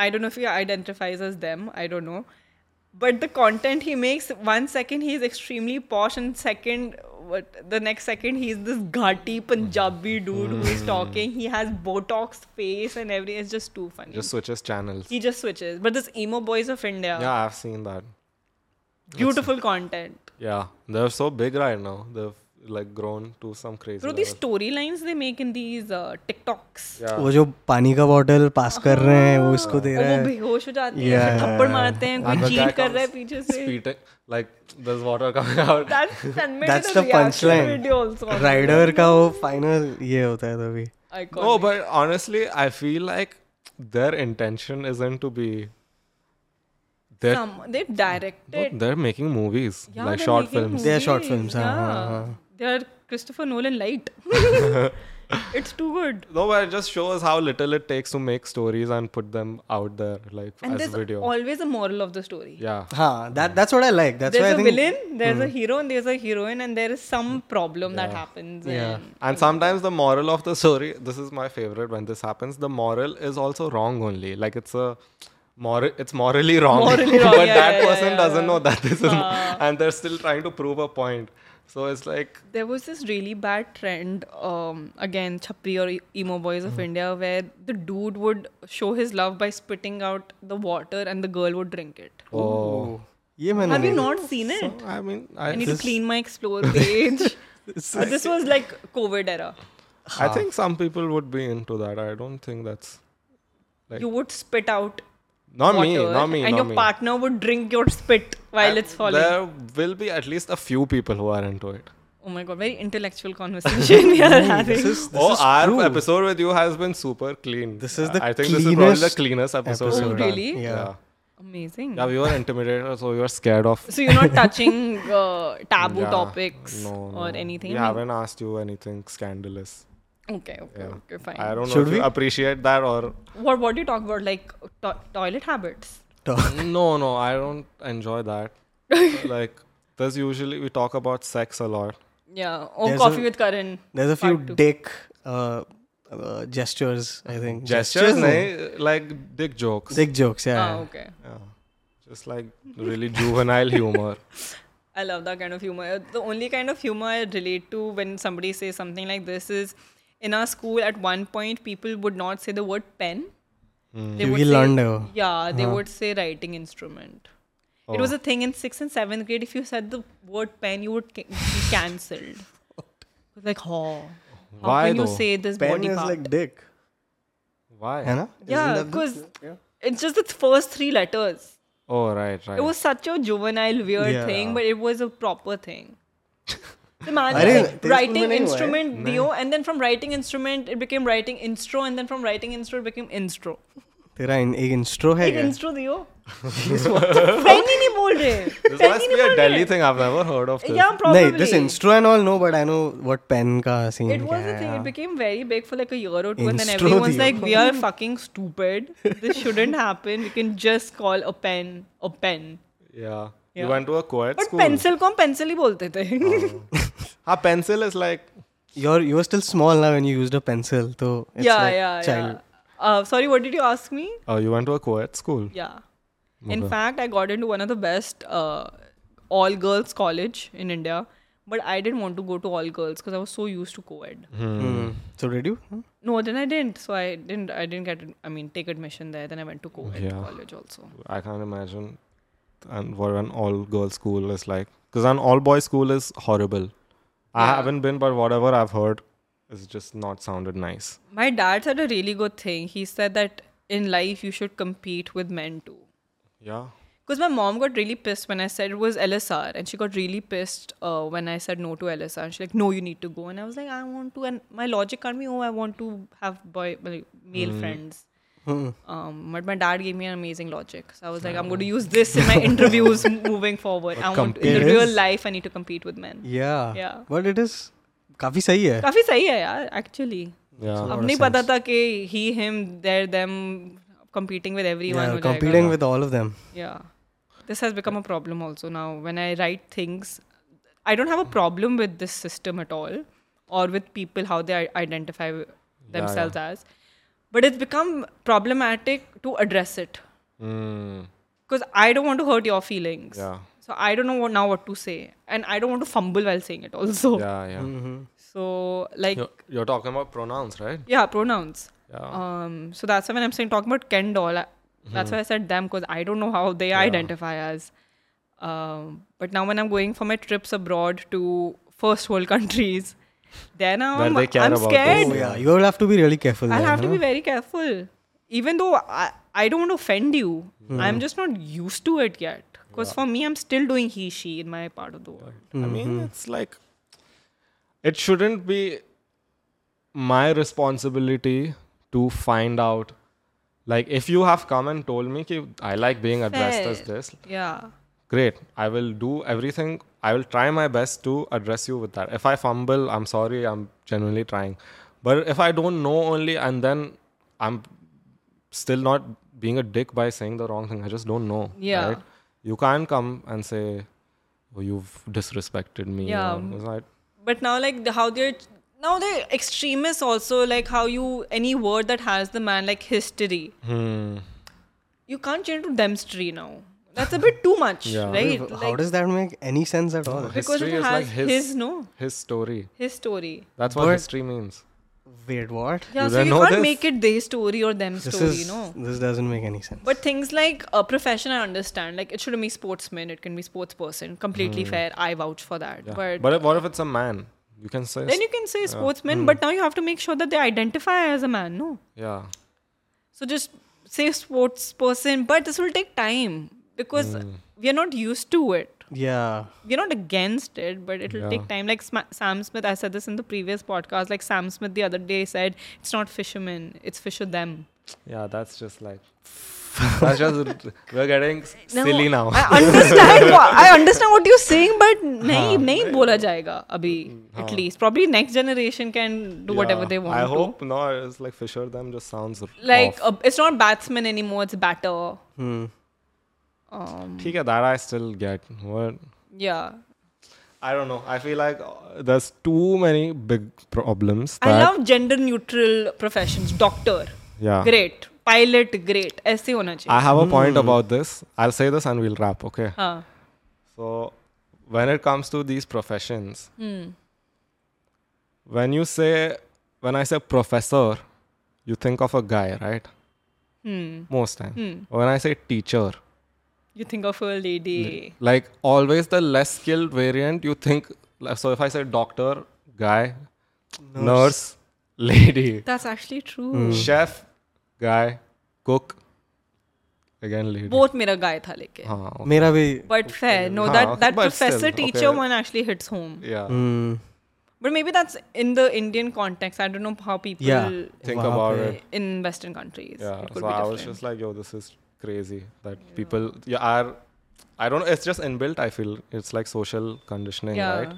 I don't know if he identifies as them. I don't know. But the content he makes, one second he's extremely posh, and second, what the next second he's this ghati Punjabi dude who is talking. He has Botox face and everything. It's just too funny. Just switches channels. he just switches. But this emo boys of India, Yeah, I've seen that. beautiful content. Yeah. They're so big right now. They've like grown to some crazy. Through level. these storylines they make in these uh, TikToks. Yeah. वो जो पानी का bottle पास कर रहे हैं वो इसको दे और रहा वो है बेहोश हो जाते हैं Yeah. फिर थप्पड़ मारते हैं And कोई the guy चीट कर रहा है comes पीछे से Spitting, like there's water coming out. That's That's the punchline. Rider का वो final ये होता है तभी No, Oh, but honestly, I feel like their intention isn't to be. They're Some, they directed. no, they're making movies, Yeah, like they're short making films. They are short movies, films, हाँ, हाँ, yeah. They are Christopher Nolan light. it's too good. No, but it just shows how little it takes to make stories and put them out there, like And as there's video. always a moral of the story. yeah, हाँ that that's what I like that's why there's a I think Hmm. villain, there's a hero, and there's a heroine, and there is some problem that happens. Yeah. and- and sometimes the moral of the story. This is my favorite when this happens. The moral is also wrong only. Like it's a. Moral, it's morally wrong, Morally wrong, but yeah, that yeah, yeah, person yeah, doesn't know yeah. Uh. that this is, and they're still trying to prove a point. So it's like there was this really bad trend um, again chapri or e- emo boys Mm-hmm. of india where the dude would show his love by spitting out the water and the girl would drink it Oh. ये मैंने have you not seen it I mean, i I, need to clean my explore page But this was like covid era I think some people would be into that. I don't think that's Like- you would spit out not water me, not me, and not your me. partner would drink your spit while I- it's falling There will be at least a few people who are into it. oh my god very intellectual conversation we are having this is this oh, is our true. episode with you has been super clean. This is the I think this is probably the cleanest cleanest episode. we've episode. Oh, done. really? Yeah. Yeah. amazing Yeah, we were intimidated, so we were scared of. so you're not touching uh, taboo Yeah. topics No, no. or anything We I mean- haven't asked you anything scandalous. Okay, okay, okay, fine. I don't know Should if you we? appreciate that or. what what do you talk about? Like to- toilet habits. no, no, I don't enjoy that. like, there's usually we talk about sex a lot. Yeah. Or There's coffee a- with Karan. there's a few Part two. dick uh, uh, gestures I think gestures नहीं nahi, like dick jokes dick jokes yeah Ah, okay. yeah. just like really juvenile humor I love that kind of humor. The only kind of humor I relate to when somebody says something like this is in our school at one point people would not say the word pen. They You would will say- learn though. Yeah, they Uh-huh. would say writing instrument. It Oh. was a thing in sixth and seventh grade. If you said the word pen, you would ca- be cancelled. like, oh, how Why can you though? say this pen body is part? like dick why है ना Yeah, Isn't that the- because it's just the first three letters. oh right right It was such a juvenile, weird Yeah. thing, but it was a proper thing. So Manu अरे, like, तेरे school में writing नहीं हुआ है? instrument Dio, and then from writing instrument it became writing instro, and then from writing instro it became instro. तेरा इन, एक intro है एक क्या? इंस्ट्रो दियो फ्रेंच ही नहीं बोल रहे This French must he be a नहीं बोल Delhi रहे thing. I've never heard of this. yeah probably नहीं this intro and all no but I know what pen का सीन it was क्या a thing है हाँ. it became very big for like a year or two and then Instro everyone's दियो. like we are fucking stupid this shouldn't happen we can just call a pen a pen Yeah. You Yeah. went to a co-ed but school. Oh, pencil को हम pencil ही बोलते थे Haan, pencil is like your you were still small now when you used a pencil तो it's yeah like yeah yeah child uh, sorry what did you ask me oh, you went to a co-ed school. yeah in fact I got into one of the best uh, all girls college in India but I didn't want to go to all girls because I was so used to co-ed so did you No, then I didn't. So I didn't. I didn't get. I mean, take admission there. Then I went to co-ed Yeah. college also. I can't imagine and what an all-girls school is like. Because an all-boys school is horrible. I Yeah. haven't been, but whatever I've heard, it's just not sounded nice. My dad said a really good thing. He said that in life you should compete with men too. Yeah. Because my mom got really pissed when I said it was LSR, and she got really pissed uh, when I said no to LSR. And she's like, "No, you need to go." And I was like, "I want to," and my logic can't be, "Oh, I want to have boy like, male friends." Um, but my dad gave me an amazing logic. So I was like, "I'm going to use this in my interviews moving forward. I want to, in the compete. real life, I need to compete with men." या Yeah. But it is काफी सही है काफी सही है यार actually Yeah. अब नहीं पता था कि he him there them competing with everyone हो जाएगा competing with all of them yeah this has become a problem also now when i write things i don't have a problem with this system at all or with people how they i- identify themselves as but it's become problematic to address it Mm, because i don't want to hurt your feelings Yeah. so i don't know what now what to say and i don't want to fumble while saying it also yeah, yeah. so Oh. like Mm-hmm. You're, you're talking about pronouns, right? yeah pronouns Yeah. Mm-hmm. um, so that's why when I'm saying talking about Ken doll, I- that's why I said them because I don't know how they identify as. Um, but now when I'm going for my trips abroad to first world countries, then Where I'm, they care I'm about Uh-huh. scared. oh yeah you will have to be really careful I'll there, have to huh? be very careful. Even though I, I don't want to offend you, Hmm. I'm just not used to it yet. Because for me, I'm still doing he, she in my part of the world. I mean, it's like it shouldn't be my responsibility to find out. Like, if you have come and told me ki, I like being addressed as Fair. this, Yeah. great. I will do everything. I will try my best to address you with that. If I fumble, I'm sorry. I'm genuinely trying. But if I don't know only and then I'm still not being a dick by saying the wrong thing, I just don't know. Yeah. right? You can't come and say, oh, you've disrespected me. Yeah. or- it's like, but now like the, how they're now they're extremists also like how you any word that has the man like history you can't change to demstry now that's a bit too much Yeah. right how like, does that make any sense at all because History it is has like his- his, no His story. his story That's what But- history means. wait what yeah You so don't you know can't this? make it their story or them this story is no this doesn't make any sense but things like a profession i understand like it shouldn't be sportsman it can be sports person completely fair i vouch for that Yeah. but, but if- what if it's a man? You can say, then you can say sportsman but now you have to make sure that they identify as a man no yeah. So just say sports person, but this will take time because Hmm. we are not used to it. yeah We're not against it, but it'll Yeah. take time. Like Sma- Sam Smith, I said this in the previous podcast. Like Sam Smith the other day said, "It's not fishermen, it's fisher them." Yeah, that's just like. that's just. We're getting s- silly now. I understand. what, I understand what you're saying, but nahi, nahi bola jayega abhi. At least, probably next generation can do whatever Hmm. Yeah. they want I to. hope not. It's like Fisher them just sounds r- Like off. Hmm. uh, it's not batsman anymore; it's batter. Um, uh, ठीक है, that I still get. What? Yeah. I don't know. I feel like uh, there's too many big problems. That, I love gender neutral professions. Doctor, Yeah. great. Pilot, great. ऐसे होना चाहिए. I have a point about this. I'll say this and we'll wrap. Okay. हाँ. So, when it comes to these professions, when you say, when I say professor, you think of a guy, right? Most time. When I say teacher, You think of a lady. like always the less skilled variant, you think. So, if I say doctor, guy, nurse, lady, Hmm. Hmm. That's actually true. chef, guy, cook, again lady both मेरा guy था लेके हाँ, okay. मेरा भी but fair no हाँ, that okay, that but professor still, okay. teacher one actually hits home yeah mm, but maybe that's in the Indian context I don't know how people Yeah. think Wow, about yeah. it in Western countries yeah it could so be i different was just like yo this is crazy that people yeah are i don't know it's just inbuilt i feel it's like social conditioning yeah right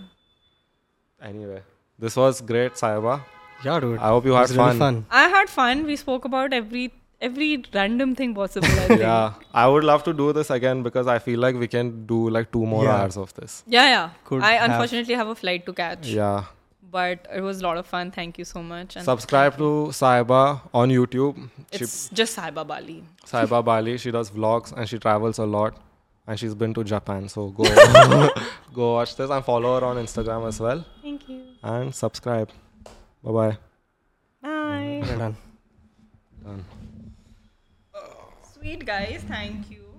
anyway this was great saiba Yeah, dude. I hope you It was had really fun. I had fun we spoke about every every random thing possible I think. yeah i would love to do this again because i feel like we can do like two more Yeah. hours of this yeah yeah Could I have- unfortunately have a flight to catch yeah but it was a lot of fun thank you so much and subscribe to saiba on youtube she, it's just Saiba Bali saiba bali she does vlogs and she travels a lot and she's been to japan so go go watch this and follow her on instagram as well thank you and subscribe bye bye bye Well done. sweet guys thank you